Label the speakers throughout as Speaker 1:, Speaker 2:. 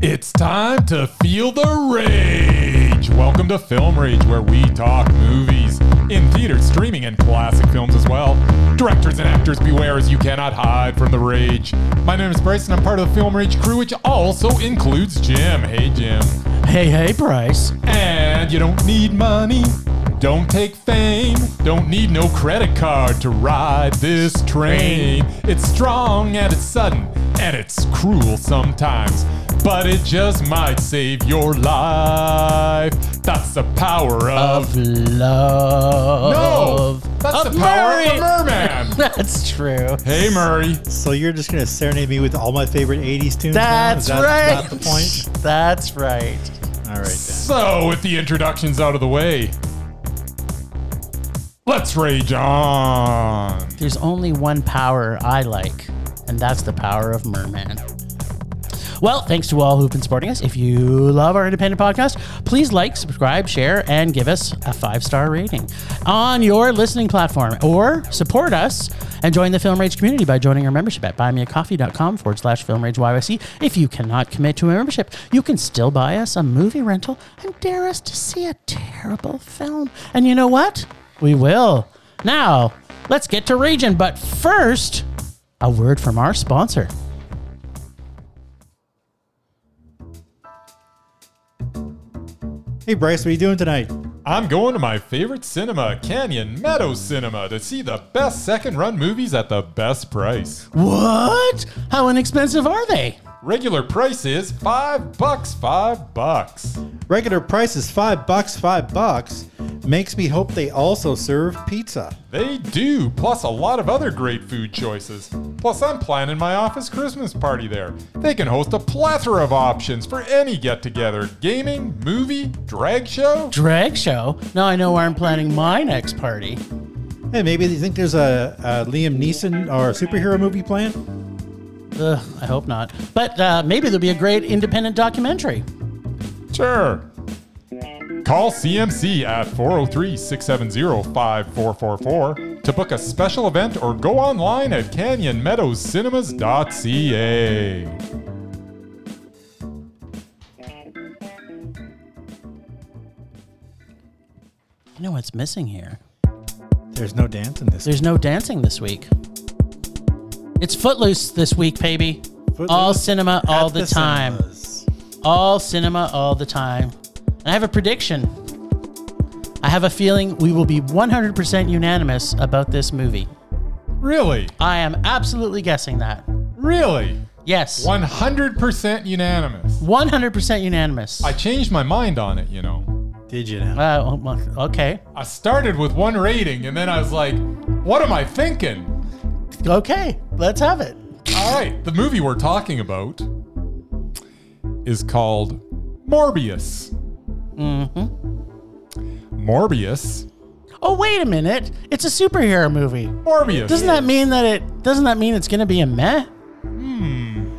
Speaker 1: It's time to feel the rage. Welcome to Film Rage, where we talk movies in theaters, streaming, and classic films as well. Directors and actors, beware as you cannot hide from the rage. My name is Bryson. I'm part of the Film Rage crew, which also includes Jim. Hey, Jim.
Speaker 2: Hey, hey, Bryce.
Speaker 1: And you don't need money. Don't take fame. Don't need no credit card to ride this train. It's strong and it's sudden and it's cruel sometimes, but it just might save your life. That's the power of.
Speaker 2: Of love.
Speaker 1: no! That's
Speaker 2: Of
Speaker 1: the power
Speaker 2: Murray.
Speaker 1: of the merman!
Speaker 2: That's true.
Speaker 1: hey, Murray.
Speaker 3: So you're just gonna serenade me with all my favorite '80s tunes? now?
Speaker 2: That's
Speaker 3: Is that-
Speaker 2: right.
Speaker 3: Not the point.
Speaker 2: That's right.
Speaker 3: All right. Then.
Speaker 1: So, with the introductions out of the way, let's rage on.
Speaker 2: There's only one power I like, and that's the power of Merman. Well, thanks to all who've been supporting us. If you love our independent podcast, please like, subscribe, share, and give us a five star rating on your listening platform. Or support us and join the Film Rage community by joining our membership at buymeacoffee.com forward slash Film Rage YYC. If you cannot commit to a membership, you can still buy us a movie rental and dare us to see a terrible film. And you know what? We will. Now, let's get to raging. But first, a word from our sponsor.
Speaker 3: Hey Bryce, what are you doing tonight?
Speaker 1: I'm going to my favorite cinema, Canyon Meadow Cinema, to see the best second run movies at the best price.
Speaker 2: What? How inexpensive are they?
Speaker 1: Regular price is five bucks, five bucks.
Speaker 3: Regular price is five bucks. Five bucks makes me hope they also serve pizza.
Speaker 1: They do, plus a lot of other great food choices. Plus, I'm planning my office Christmas party there. They can host a plethora of options for any get together gaming, movie, drag show.
Speaker 2: Drag show? Now I know where I'm planning my next party.
Speaker 3: Hey, maybe you think there's a, a Liam Neeson or a superhero movie planned?
Speaker 2: Ugh, I hope not. But uh, maybe there'll be a great independent documentary.
Speaker 1: Sure. Call CMC at 403 670 5444 to book a special event or go online at canyonmeadowscinemas.ca.
Speaker 2: You know what's missing here?
Speaker 3: There's no dance in this.
Speaker 2: There's no dancing this week. It's Footloose this week, baby. All
Speaker 3: Footloose
Speaker 2: cinema,
Speaker 3: At
Speaker 2: all the, time.
Speaker 3: cinemas.
Speaker 2: All cinema, all the time. And I have a prediction. I have a feeling we will be 100% unanimous about this movie.
Speaker 1: Really?
Speaker 2: I am absolutely guessing that.
Speaker 1: Really?
Speaker 2: Yes.
Speaker 1: 100% unanimous.
Speaker 2: 100% unanimous.
Speaker 1: I changed my mind on it, you know.
Speaker 3: Did you now?
Speaker 2: Uh, oh, mon- okay.
Speaker 1: I started with one rating and then I was like, what am I thinking?
Speaker 2: Okay. Let's have it.
Speaker 1: All right, the movie we're talking about is called Morbius. Mm-hmm. Morbius.
Speaker 2: Oh, wait a minute. It's a superhero movie.
Speaker 1: Morbius.
Speaker 2: Doesn't that mean that it doesn't that mean it's going to be a meh?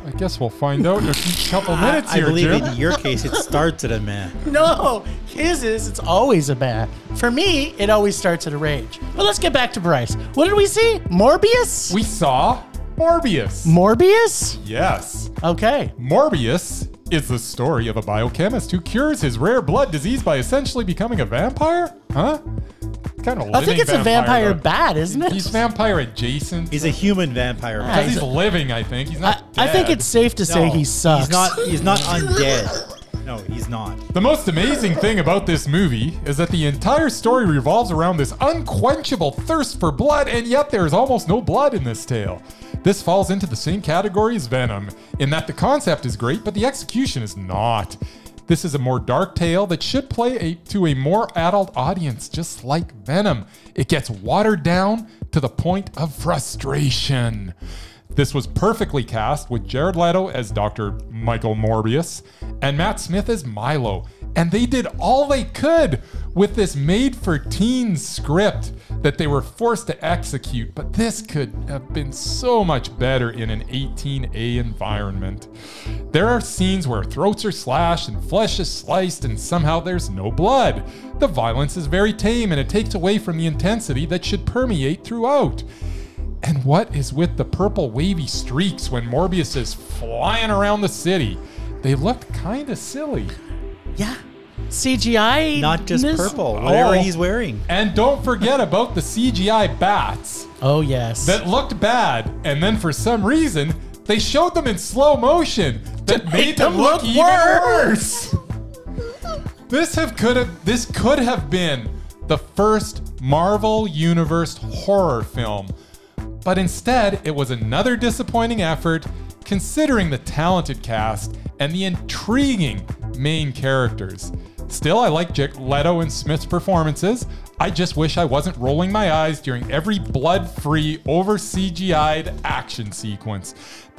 Speaker 1: I guess we'll find out in a few couple minutes
Speaker 3: I
Speaker 1: here,
Speaker 3: believe
Speaker 1: Jim.
Speaker 3: in your case it starts at a man.
Speaker 2: No. His is it's always a meh. For me, it always starts at a rage. But let's get back to Bryce. What did we see? Morbius?
Speaker 1: We saw Morbius.
Speaker 2: Morbius?
Speaker 1: yes.
Speaker 2: Okay.
Speaker 1: Morbius is the story of a biochemist who cures his rare blood disease by essentially becoming a vampire? Huh? Kind of
Speaker 2: I think it's a vampire bat, isn't it?
Speaker 1: He's vampire adjacent.
Speaker 3: He's a human vampire.
Speaker 2: Ah,
Speaker 3: man.
Speaker 1: Because he's living, I think. He's
Speaker 2: I,
Speaker 1: not
Speaker 2: I think
Speaker 1: dead.
Speaker 2: it's safe to say
Speaker 3: No,
Speaker 2: he sucks.
Speaker 3: He's not. He's not undead. No, he's not.
Speaker 1: The most amazing thing about this movie is that the entire story revolves around this unquenchable thirst for blood, and yet there is almost no blood in this tale. This falls into the same category as Venom, in that the concept is great, but the execution is not. This is a more dark tale that should play a, to a more adult audience, just like Venom. It gets watered down to the point of frustration. This was perfectly cast with Jared Leto as Dr. Michael Morbius and Matt Smith as Milo. And they did all they could with this made for teens script that they were forced to execute. But this could have been so much better in an 18A environment. There are scenes where throats are slashed and flesh is sliced, and somehow there's no blood. The violence is very tame and it takes away from the intensity that should permeate throughout. And what is with the purple wavy streaks when Morbius is flying around the city? They look kind of silly.
Speaker 2: Yeah. CGI.
Speaker 3: Not just
Speaker 2: -ness?
Speaker 3: purple, whatever
Speaker 1: Oh.
Speaker 3: he's wearing.
Speaker 1: And don't forget about the CGI bats
Speaker 2: Oh, yes.
Speaker 1: that looked bad, and then for some reason, they showed them in slow motion that made them,
Speaker 2: them
Speaker 1: look,
Speaker 2: look
Speaker 1: even worse. this have could have this could have been the first Marvel Universe horror film. But instead, it was another disappointing effort considering the talented cast and the intriguing main characters. Still, I like Jack Leto and Smith's performances. I just wish I wasn't rolling my eyes during every blood free, over CGI'd action sequence.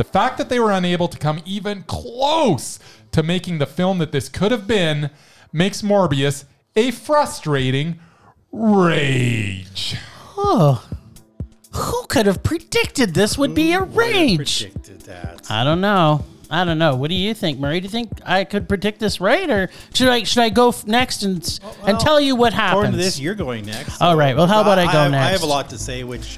Speaker 1: The fact that they were unable to come even close to making the film that this could have been makes Morbius a frustrating rage.
Speaker 2: oh. Who could have predicted this would be a range?
Speaker 3: Predicted that.
Speaker 2: I don't know. I don't know. What do you think, Murray? Do you think I could predict this right, or should I should I go f- next and s and tell you what
Speaker 3: Oh, According
Speaker 2: happens?
Speaker 3: to this, you're going next.
Speaker 2: All right. Well, how about I go
Speaker 3: have,
Speaker 2: next?
Speaker 3: I have a lot to say, which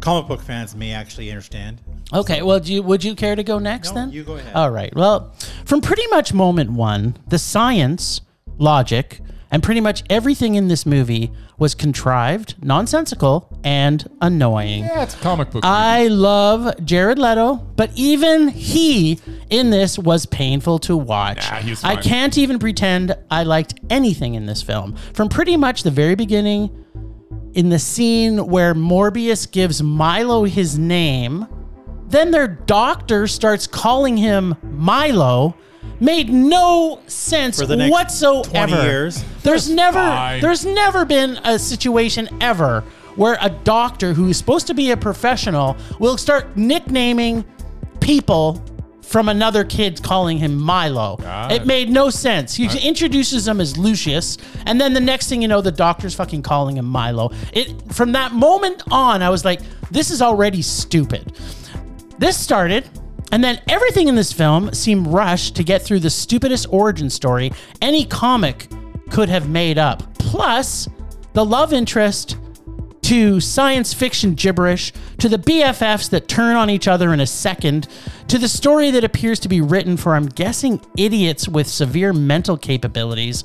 Speaker 3: comic book fans may actually understand.
Speaker 2: Okay, well, do you, would you care to go next
Speaker 3: No,
Speaker 2: then?
Speaker 3: you go ahead.
Speaker 2: All right. Well, from pretty much moment one, the science, logic, and pretty much everything in this movie was contrived, nonsensical, and annoying.
Speaker 1: Yeah, it's a comic book.
Speaker 2: I love Jared Leto, but even he in this was painful to watch.
Speaker 1: Nah, he was
Speaker 2: I
Speaker 1: fine.
Speaker 2: can't even pretend I liked anything in this film. From pretty much the very beginning, in the scene where Morbius gives Milo his name, then their doctor starts calling him Milo. Made no sense
Speaker 3: For the next
Speaker 2: whatsoever.
Speaker 3: 20 years.
Speaker 2: There's never
Speaker 1: fine.
Speaker 2: there's never been a situation ever where a doctor who is supposed to be a professional will start nicknaming people from another kid calling him Milo.
Speaker 1: Got
Speaker 2: It
Speaker 1: it.
Speaker 2: made no sense. He introduces him as Lucius, and then the next thing you know, the doctor's fucking calling him Milo. It from that moment on, I was like, this is already stupid this started and then everything in this film seemed rushed to get through the stupidest origin story any comic could have made up plus the love interest to science fiction gibberish to the bffs that turn on each other in a second to the story that appears to be written for i'm guessing idiots with severe mental capabilities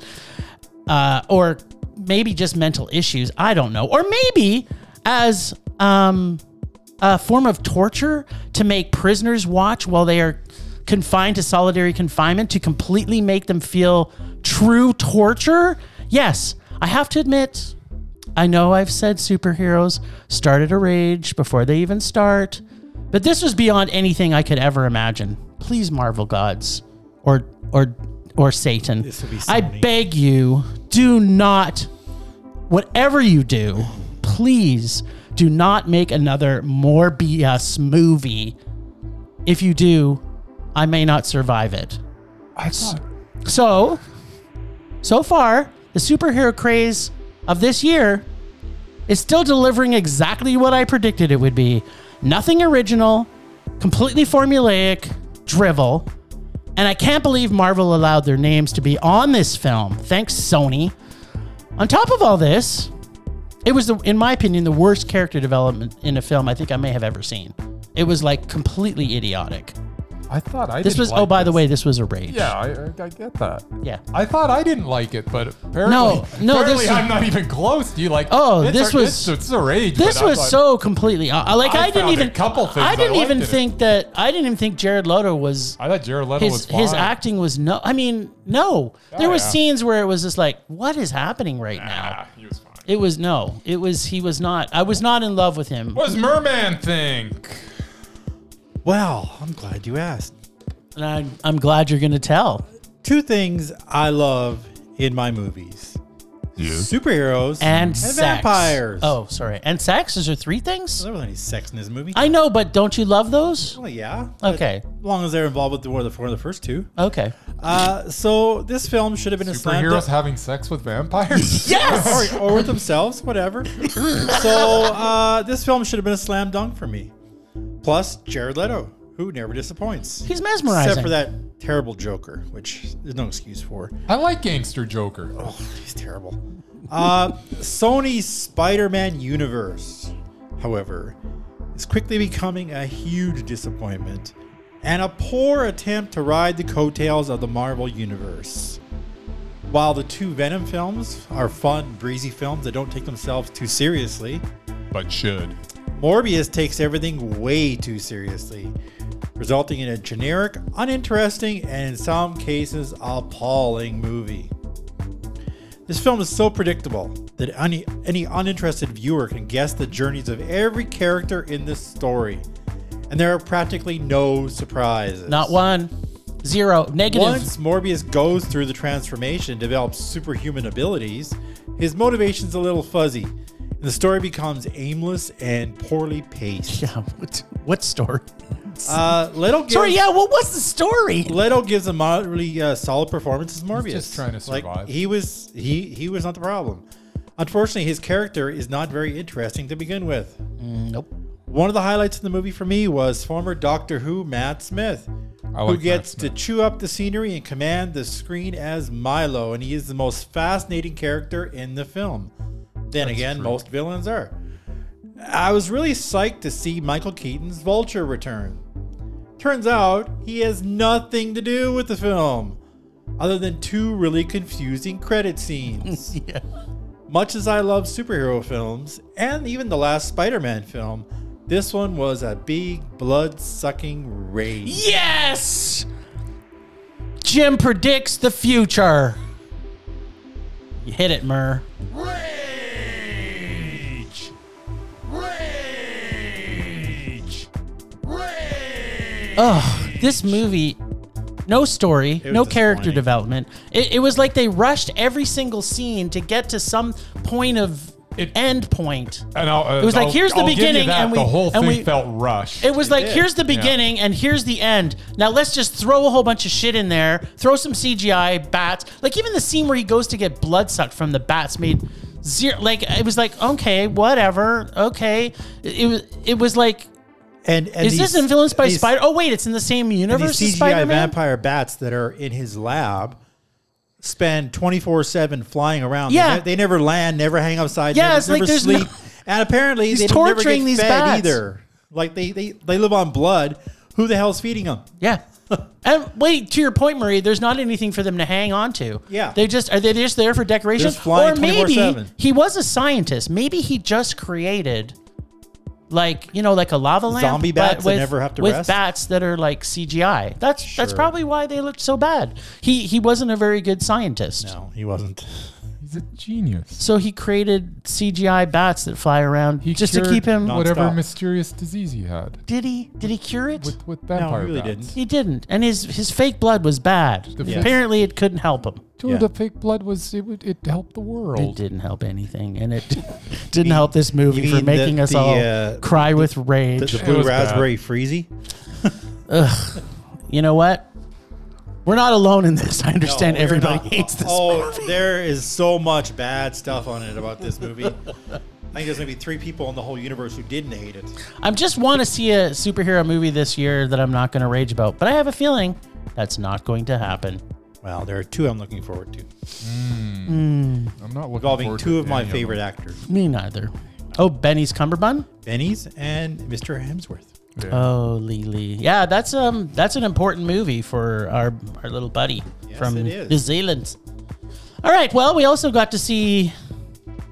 Speaker 2: uh, or maybe just mental issues i don't know or maybe as um, a form of torture to make prisoners watch while they are confined to solitary confinement to completely make them feel true torture? Yes, I have to admit, I know I've said superheroes started a rage before they even start, but this was beyond anything I could ever imagine. Please, Marvel gods, or or or Satan,
Speaker 3: This will be
Speaker 2: I
Speaker 3: Sony.
Speaker 2: beg you, do not whatever you do, please do not make another more BS movie. If you do, I may not survive it.
Speaker 1: I thought
Speaker 2: So, so far, the superhero craze of this year is still delivering exactly what I predicted it would be. Nothing original, completely formulaic, drivel. And I can't believe Marvel allowed their names to be on this film. Thanks, Sony. On top of all this, it was, the, in my opinion, the worst character development in a film I think I may have ever seen. It was like completely idiotic.
Speaker 1: I thought I.
Speaker 2: This
Speaker 1: didn't
Speaker 2: was,
Speaker 1: like
Speaker 2: oh, by the
Speaker 1: this.
Speaker 2: way, this was a rage.
Speaker 1: Yeah, I, I- I get that.
Speaker 2: Yeah.
Speaker 1: I thought I didn't like it, but apparently,
Speaker 2: No, no, this
Speaker 1: apparently
Speaker 2: is-
Speaker 1: I'm not even close. Do you like?
Speaker 2: Oh,
Speaker 1: it's
Speaker 2: this
Speaker 1: a-
Speaker 2: was-
Speaker 1: it's, it's a rage.
Speaker 2: This
Speaker 1: but I
Speaker 2: was
Speaker 1: thought-
Speaker 2: so completely uh, like
Speaker 1: I
Speaker 2: I, didn't
Speaker 1: found
Speaker 2: even
Speaker 1: a couple things
Speaker 2: I
Speaker 1: I
Speaker 2: didn't
Speaker 1: liked
Speaker 2: even
Speaker 1: in it.
Speaker 2: think that I didn't even think Jared Leto was
Speaker 1: I thought Jared Leto was
Speaker 2: his
Speaker 1: fine. Oh,
Speaker 2: his acting was no I mean no there were
Speaker 1: yeah.
Speaker 2: scenes where it was just like what is happening right now
Speaker 1: Ah, he was fine.
Speaker 2: it was no it was he was not I was not in love with him
Speaker 1: What does Merman thing?
Speaker 3: Well, I'm glad you asked.
Speaker 2: and I, I'm glad you're gonna tell
Speaker 3: Two things I love in my movies superheroes
Speaker 2: and, sex.
Speaker 3: vampires.
Speaker 2: oh sorry and sex those are three things
Speaker 3: There wasn't any sex in this movie.
Speaker 2: I know but don't you love those
Speaker 3: well, yeah. but
Speaker 2: okay
Speaker 3: As long as they're involved with the one of the, one of the first two.
Speaker 2: okay
Speaker 3: Uh, so this film should have been a slam
Speaker 1: Superheroes
Speaker 3: dunk-
Speaker 1: having sex with vampires?
Speaker 2: yes
Speaker 3: or, or with themselves, whatever. so uh, this film should have been a slam dunk for me. Plus Jared Leto, who never disappoints.
Speaker 2: he's mesmerizing
Speaker 3: Except for that terrible Joker, which there's no excuse for.
Speaker 1: I like Gangster Joker.
Speaker 3: He's terrible. Uh, Sony's Spider-Man universe, however, is quickly becoming a huge disappointment. and a poor attempt to ride the coattails of the Marvel Universe. While the two Venom films are fun, breezy films that don't take themselves too seriously,
Speaker 1: but should.
Speaker 3: Morbius takes everything way too seriously, resulting in a generic, uninteresting, and in some cases, appalling movie. This film is so predictable that any, any uninterested viewer can guess the journeys of every character in this story, and there are practically no surprises.
Speaker 2: Not one, zero, negative.
Speaker 3: Once Morbius goes through the transformation and develops superhuman abilities, his motivation's a little fuzzy, and the story becomes aimless and poorly paced.
Speaker 2: Yeah, what, what story?
Speaker 3: Uh, Leto gives,
Speaker 2: Sorry, yeah, what was the story?
Speaker 3: Leto gives a moderately uh, solid performance as Morbius.
Speaker 1: just trying to survive.
Speaker 3: Like, he was he he was not the problem. Unfortunately, his character is not very interesting to begin with.
Speaker 2: Nope.
Speaker 3: One of the highlights of the movie for me was former Doctor Who Matt Smith,
Speaker 1: I
Speaker 3: who
Speaker 1: like Matt
Speaker 3: gets
Speaker 1: Smith.
Speaker 3: to chew up the scenery and command the screen as Milo, and he is the most fascinating character in the film. Then again,
Speaker 1: true.
Speaker 3: most villains are. I was really psyched to see Michael Keaton's Vulture return. Turns out he has nothing to do with the film, other than two really confusing credit scenes.
Speaker 2: Yeah.
Speaker 3: Much as I love superhero films, and even the last Spider Man film, this one was a big blood sucking rage.
Speaker 2: Yes! Jim predicts the future. You hit it, Murr.
Speaker 1: Rage! Rage! Rage!
Speaker 2: Ugh, this movie, no story,
Speaker 3: was
Speaker 2: no character
Speaker 3: disappointing.
Speaker 2: development. It, it was like they rushed every single scene to get to some point of
Speaker 1: It-
Speaker 2: end point.
Speaker 1: And I'll, uh,
Speaker 2: It was like,
Speaker 1: I'll-
Speaker 2: here's the
Speaker 1: I'll give you
Speaker 2: beginning,
Speaker 1: that.
Speaker 2: and we-
Speaker 1: the whole
Speaker 2: and
Speaker 1: thing
Speaker 2: we-
Speaker 1: felt rushed.
Speaker 2: It was like,
Speaker 3: did.
Speaker 2: here's the beginning and here's the end. Now let's just throw a whole bunch of shit in there, throw some CGI bats. Like even the scene where he goes to get blood sucked from the bats made zero. Like it was like, okay, whatever, okay. It, it was it was like,
Speaker 3: And, and
Speaker 2: is
Speaker 3: these-
Speaker 2: this influenced by
Speaker 3: these-
Speaker 2: Spider? Oh wait, it's in the same
Speaker 3: and These
Speaker 2: universe as
Speaker 3: CGI
Speaker 2: Spider-Man.
Speaker 3: vampire bats that are in his lab spend 24 7 flying around. They
Speaker 2: Yeah.
Speaker 3: ne- They, never land, never hang upside,
Speaker 2: Yeah,
Speaker 3: never,
Speaker 2: it's like
Speaker 3: never
Speaker 2: there's no-
Speaker 3: sleep. and apparently,
Speaker 2: He's
Speaker 3: they don't never
Speaker 2: torturing
Speaker 3: get
Speaker 2: these
Speaker 3: fed
Speaker 2: bats.
Speaker 3: either. Like, they, they, they live on blood. Who the hell's feeding them?
Speaker 2: Yeah. and wait, to your point, Marie, there's not anything for them to hang on to.
Speaker 3: Yeah.
Speaker 2: They just are they just there for decoration?
Speaker 3: Just flying
Speaker 2: or maybe
Speaker 3: 24/7.
Speaker 2: he was a scientist. Maybe he just created like you know, like a lava lamp.
Speaker 3: Zombie
Speaker 2: but
Speaker 3: bats that never have to
Speaker 2: with
Speaker 3: rest?
Speaker 2: bats that are like CGI. That's that's
Speaker 3: Sure.
Speaker 2: probably why they looked so bad. He he wasn't a very good scientist.
Speaker 3: No, he wasn't.
Speaker 1: He's a genius.
Speaker 2: So he created CGI bats that fly around
Speaker 1: He
Speaker 2: just to
Speaker 1: cured
Speaker 2: keep him.
Speaker 3: No.
Speaker 1: whatever
Speaker 3: nonstop.
Speaker 1: mysterious disease he had
Speaker 2: Did he? Did he cure it?
Speaker 1: with with
Speaker 3: No,
Speaker 1: vampire
Speaker 3: he really
Speaker 1: bats.
Speaker 3: didn't.
Speaker 2: he didn't. And his his fake blood was bad.
Speaker 1: Yeah.
Speaker 2: Apparently, it couldn't help him.
Speaker 1: Dude,
Speaker 3: Yeah.
Speaker 1: the fake blood was it, would- it helped the
Speaker 2: It
Speaker 1: world.
Speaker 2: didn't help anything, and it didn't help this movie
Speaker 3: you
Speaker 2: for
Speaker 3: mean that
Speaker 2: making us
Speaker 3: the,
Speaker 2: all
Speaker 3: uh,
Speaker 2: cry with
Speaker 3: The,
Speaker 2: rage.
Speaker 3: the blue
Speaker 1: was bad.
Speaker 3: raspberry freezy.
Speaker 2: you know what? We're not alone in this. I
Speaker 3: No,
Speaker 2: understand
Speaker 3: we're
Speaker 2: everybody
Speaker 3: not.
Speaker 2: hates this.
Speaker 3: Oh, there is so much bad stuff on it about this movie. I think there's gonna be three people in the whole universe who didn't hate it.
Speaker 2: I just want to see a superhero movie this year that I'm not going to rage about, but I have a feeling that's not going to happen.
Speaker 3: Well, there are two I'm looking forward to,
Speaker 1: I'm not looking
Speaker 3: involving
Speaker 1: forward
Speaker 3: two
Speaker 1: to
Speaker 3: of my
Speaker 1: any
Speaker 3: favorite actors,
Speaker 2: Me neither. Oh, Benny's Cumberbund.
Speaker 3: Benny's and Mr. Hemsworth.
Speaker 1: them. Yeah.
Speaker 2: Oh, Lily. Yeah, that's um, that's an important movie for our our little buddy
Speaker 3: Yes,
Speaker 2: from
Speaker 3: it is.
Speaker 2: New Zealand. All right. Well, we also got to see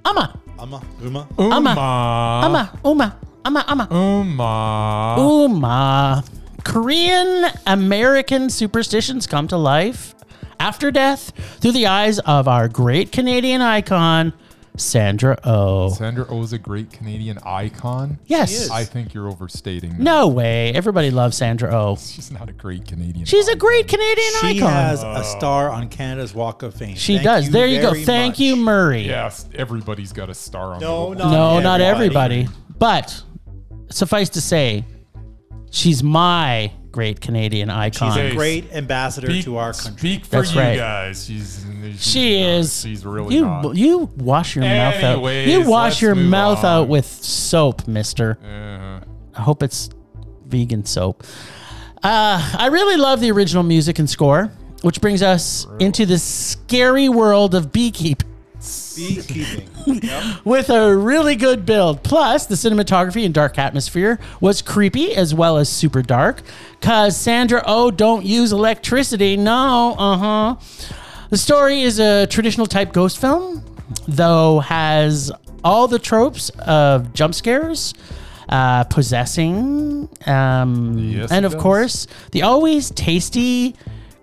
Speaker 2: Amma.
Speaker 3: Uma, Uma.
Speaker 2: Amma.
Speaker 1: Uma.
Speaker 3: Ah.
Speaker 2: Ama, Uma, Ama, Ama.
Speaker 1: Uma.
Speaker 2: Uma. Korean American superstitions come to life after death through the eyes of our great Canadian icon, Sandra Oh.
Speaker 1: Sandra O's a great Canadian icon.
Speaker 3: Oh. She
Speaker 2: Yes.
Speaker 3: is.
Speaker 1: I think you're overstating. that.
Speaker 2: No way. Everybody loves Sandra Oh.
Speaker 1: She's not a great Canadian.
Speaker 2: She's a
Speaker 1: icon.
Speaker 2: great Canadian
Speaker 3: She
Speaker 2: icon. Oh.
Speaker 3: has a star on Canada's Walk of Fame.
Speaker 2: she
Speaker 3: Thank
Speaker 2: does. there you go.
Speaker 3: very
Speaker 2: Thank
Speaker 3: much.
Speaker 2: you, Murray.
Speaker 1: Yes, everybody's got a star on
Speaker 3: No,
Speaker 1: their
Speaker 3: no.
Speaker 1: wall.
Speaker 2: No, not
Speaker 3: everybody.
Speaker 2: everybody. But suffice to say, she's my great Canadian icon.
Speaker 1: She's a
Speaker 3: Great ambassador
Speaker 1: Speak,
Speaker 3: to our country.
Speaker 1: speak for
Speaker 2: That's
Speaker 1: you
Speaker 2: right.
Speaker 1: guys. She's, she's
Speaker 2: She
Speaker 1: not.
Speaker 2: is.
Speaker 1: She's really
Speaker 2: you.
Speaker 1: not.
Speaker 2: You wash your mouth out. You
Speaker 1: Anyways,
Speaker 2: wash
Speaker 1: let's
Speaker 2: your
Speaker 1: move
Speaker 2: mouth out
Speaker 1: on.
Speaker 2: with soap, Mister.
Speaker 1: Uh,
Speaker 2: I hope it's vegan soap. Uh, I really love the original music and score, which brings us into the scary world of beekeeping.
Speaker 3: Beekeeping. Yep.
Speaker 2: with a really good build. Plus, the cinematography and dark atmosphere was creepy as well as super dark. Cause Sandra Oh don't use electricity. No, uh huh. The story is a traditional type ghost film, though has all the tropes of jump scares, uh, possessing, um,
Speaker 1: Yes,
Speaker 2: and
Speaker 1: it
Speaker 2: of
Speaker 1: does.
Speaker 2: course the always tasty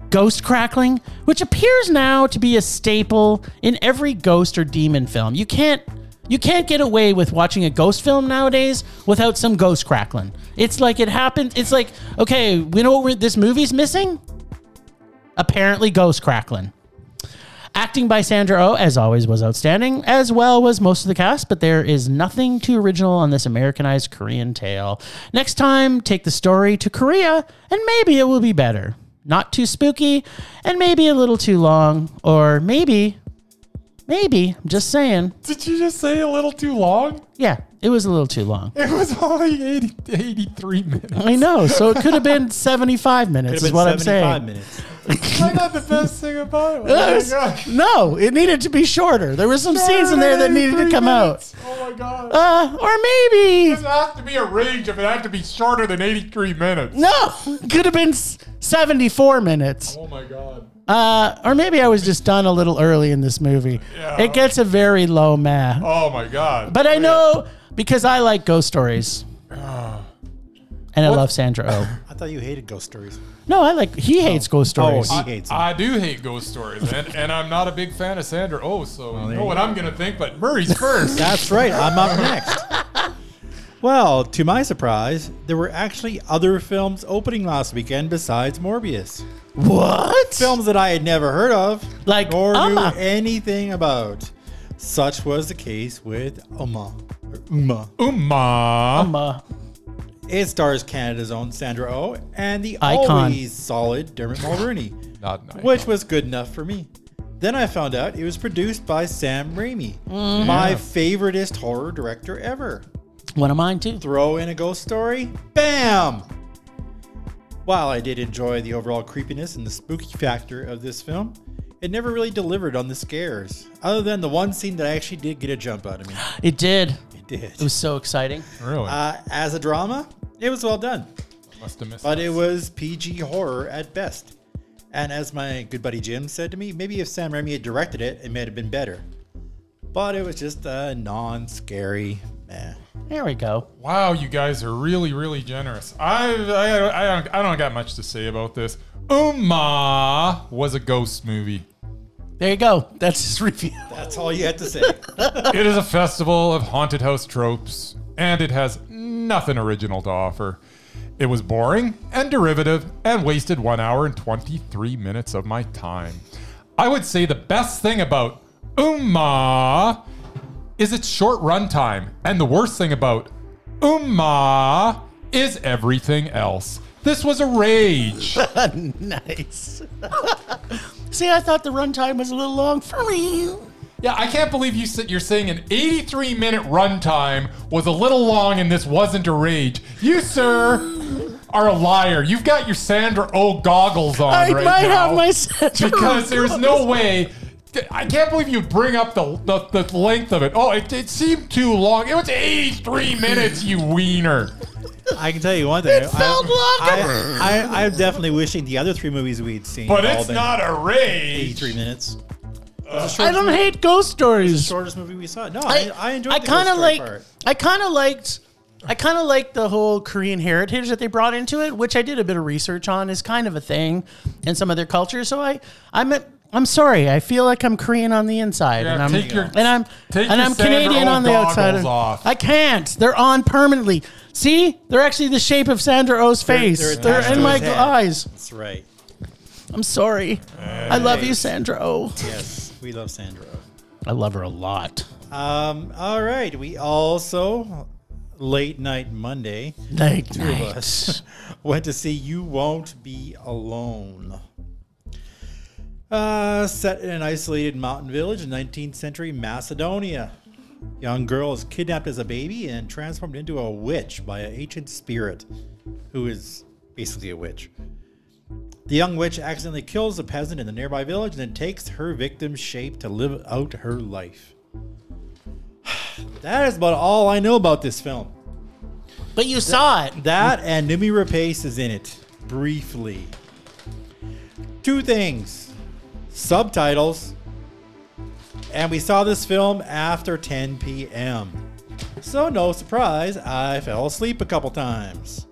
Speaker 2: ghost crackling, which appears now to be a staple in every ghost or demon film. You can't you can't get away with watching a ghost film nowadays without some ghost crackling. It's like it happened. It's like okay, we know what we're, this movie's missing. Apparently, ghost crackling. Acting by Sandra Oh, as always, was outstanding, as well was most of the cast, but there is nothing too original on this Americanized Korean tale. Next time, take the story to Korea, and maybe it will be better. Not too spooky, and maybe a little too long, or maybe, maybe, I'm just saying.
Speaker 1: Did you just say a little too long?
Speaker 2: Yeah, it was a little too long.
Speaker 1: It was only 80, 83 minutes.
Speaker 2: I know, so it could have been 75 minutes, is
Speaker 3: Could have
Speaker 2: what
Speaker 3: been
Speaker 2: I'm
Speaker 3: 75
Speaker 2: saying.
Speaker 3: minutes.
Speaker 1: I got the best thing about it.
Speaker 2: It
Speaker 1: Oh my
Speaker 2: was-
Speaker 1: gosh.
Speaker 2: no, it needed to be shorter. There were some scenes in there that needed to
Speaker 1: 83
Speaker 2: come out.
Speaker 1: minutes. Oh my god.
Speaker 2: Uh, or maybe.
Speaker 1: It doesn't have to be a range if it had to be shorter than 83 minutes.
Speaker 2: No, could have been s- 74 minutes.
Speaker 1: Oh my god.
Speaker 2: Uh, or maybe I was just done a little early in this movie.
Speaker 1: Yeah.
Speaker 2: It gets a very low meh.
Speaker 1: Oh my god.
Speaker 2: But I know because I like ghost stories.
Speaker 1: Ah.
Speaker 2: And I love Sandra Oh.
Speaker 3: I thought you hated ghost stories.
Speaker 2: No, I like he hates ghost
Speaker 1: Oh.
Speaker 2: stories.
Speaker 3: he hates them.
Speaker 1: I do hate ghost stories, and, and I'm not a big fan of Sandra. Oh, so you
Speaker 3: there
Speaker 1: know
Speaker 3: you
Speaker 1: what I'm gonna think, but Murray's first.
Speaker 3: That's right. I'm up next. Well, to my surprise, there were actually other films opening last weekend besides Morbius.
Speaker 2: What?
Speaker 3: Films that I had never heard of,
Speaker 2: Like
Speaker 3: or
Speaker 2: Uma.
Speaker 3: knew anything about. Such was the case with Uma. or Uma.
Speaker 1: Uma.
Speaker 2: Um, uh,
Speaker 3: It stars Canada's own Sandra Oh and the
Speaker 2: Icon.
Speaker 3: always solid Dermot Mulroney,
Speaker 1: Not nice.
Speaker 3: which was good enough for me. Then I found out it was produced by Sam Raimi,
Speaker 2: Mm.
Speaker 3: my favoriteest horror director ever.
Speaker 2: one of mine too.
Speaker 3: throw in a ghost story, bam! While I did enjoy the overall creepiness and the spooky factor of this film, it never really delivered on the scares, other than the one scene that I actually did get a jump out of me.
Speaker 2: It did.
Speaker 3: It did.
Speaker 2: It was so exciting.
Speaker 1: really
Speaker 3: uh, as a drama, it was well done,
Speaker 1: must have missed.
Speaker 3: but it was PG horror at best. And as my good buddy Jim said to me, maybe if Sam Raimi had directed it, it may have been better. But it was just a non-scary meh.
Speaker 2: There we go.
Speaker 1: Wow, you guys are really, really generous. I, I, I, don't, I don't got much to say about this. Uma was a ghost movie.
Speaker 2: There you go. That's his review.
Speaker 3: That's all you had to say.
Speaker 1: It is a festival of haunted house tropes, and it has nothing original to offer. It was boring and derivative and wasted one hour and 23 minutes of my time. I would say the best thing about Uma is its short runtime, and the worst thing about Uma is everything else. This was a rage.
Speaker 2: nice. See, I thought the runtime was a little long for me.
Speaker 1: Yeah, I can't believe you said you're saying an 83 minute runtime was a little long and this wasn't a rage. You, sir, are a liar. You've got your Sandra O goggles on
Speaker 2: I
Speaker 1: right
Speaker 2: might
Speaker 1: now.
Speaker 2: have my Sandra
Speaker 1: because there's no way. I can't believe you bring up the the, the length of it. Oh, it, it seemed too long. It was 83 minutes, you wiener.
Speaker 3: I can tell you one thing. It
Speaker 2: felt longer.
Speaker 3: I, I, I'm definitely wishing the other three movies we'd seen.
Speaker 1: But
Speaker 3: had all
Speaker 1: it's
Speaker 3: been
Speaker 1: not a rage.
Speaker 3: 83 minutes.
Speaker 2: I don't hate ghost stories.
Speaker 3: Shortest movie we saw. No, I, I enjoyed.
Speaker 2: I
Speaker 3: the kind of
Speaker 2: like.
Speaker 3: Part.
Speaker 2: I kind of liked. I kind of liked the whole Korean heritage that they brought into it, which I did a bit of research on. is kind of a thing in some other cultures. So I, I'm, a, I'm sorry. I feel like I'm Korean on the inside,
Speaker 1: Yeah,
Speaker 2: and I'm,
Speaker 1: take your-
Speaker 2: and I'm,
Speaker 1: take
Speaker 2: and
Speaker 1: your
Speaker 2: I'm
Speaker 1: Sandra
Speaker 2: Canadian
Speaker 1: Oh
Speaker 2: on the outside.
Speaker 1: goggles off.
Speaker 2: I can't. They're on permanently. See, they're actually the shape of Sandra O's face. They're,
Speaker 3: they're attached
Speaker 2: in
Speaker 3: to
Speaker 2: my
Speaker 3: his head.
Speaker 2: eyes.
Speaker 3: That's right.
Speaker 2: I'm sorry. I love you, Sandra Oh.
Speaker 3: Yes, we love Sandra.
Speaker 2: I love her a lot.
Speaker 3: Um. All right. We also late night Monday
Speaker 2: Night,
Speaker 3: of us went to see You Won't Be Alone. Uh, set in an isolated mountain village in 19th century Macedonia. Young girl is kidnapped as a baby and transformed into a witch by an ancient spirit who is basically a witch. The young witch accidentally kills a peasant in the nearby village and then takes her victim's shape to live out her life. that is about all I know about this film.
Speaker 2: But you saw it.
Speaker 3: That and Numi Rapace is in it briefly. Two things subtitles. And we saw this film after 10 p.m. So, no surprise, I fell asleep a couple times.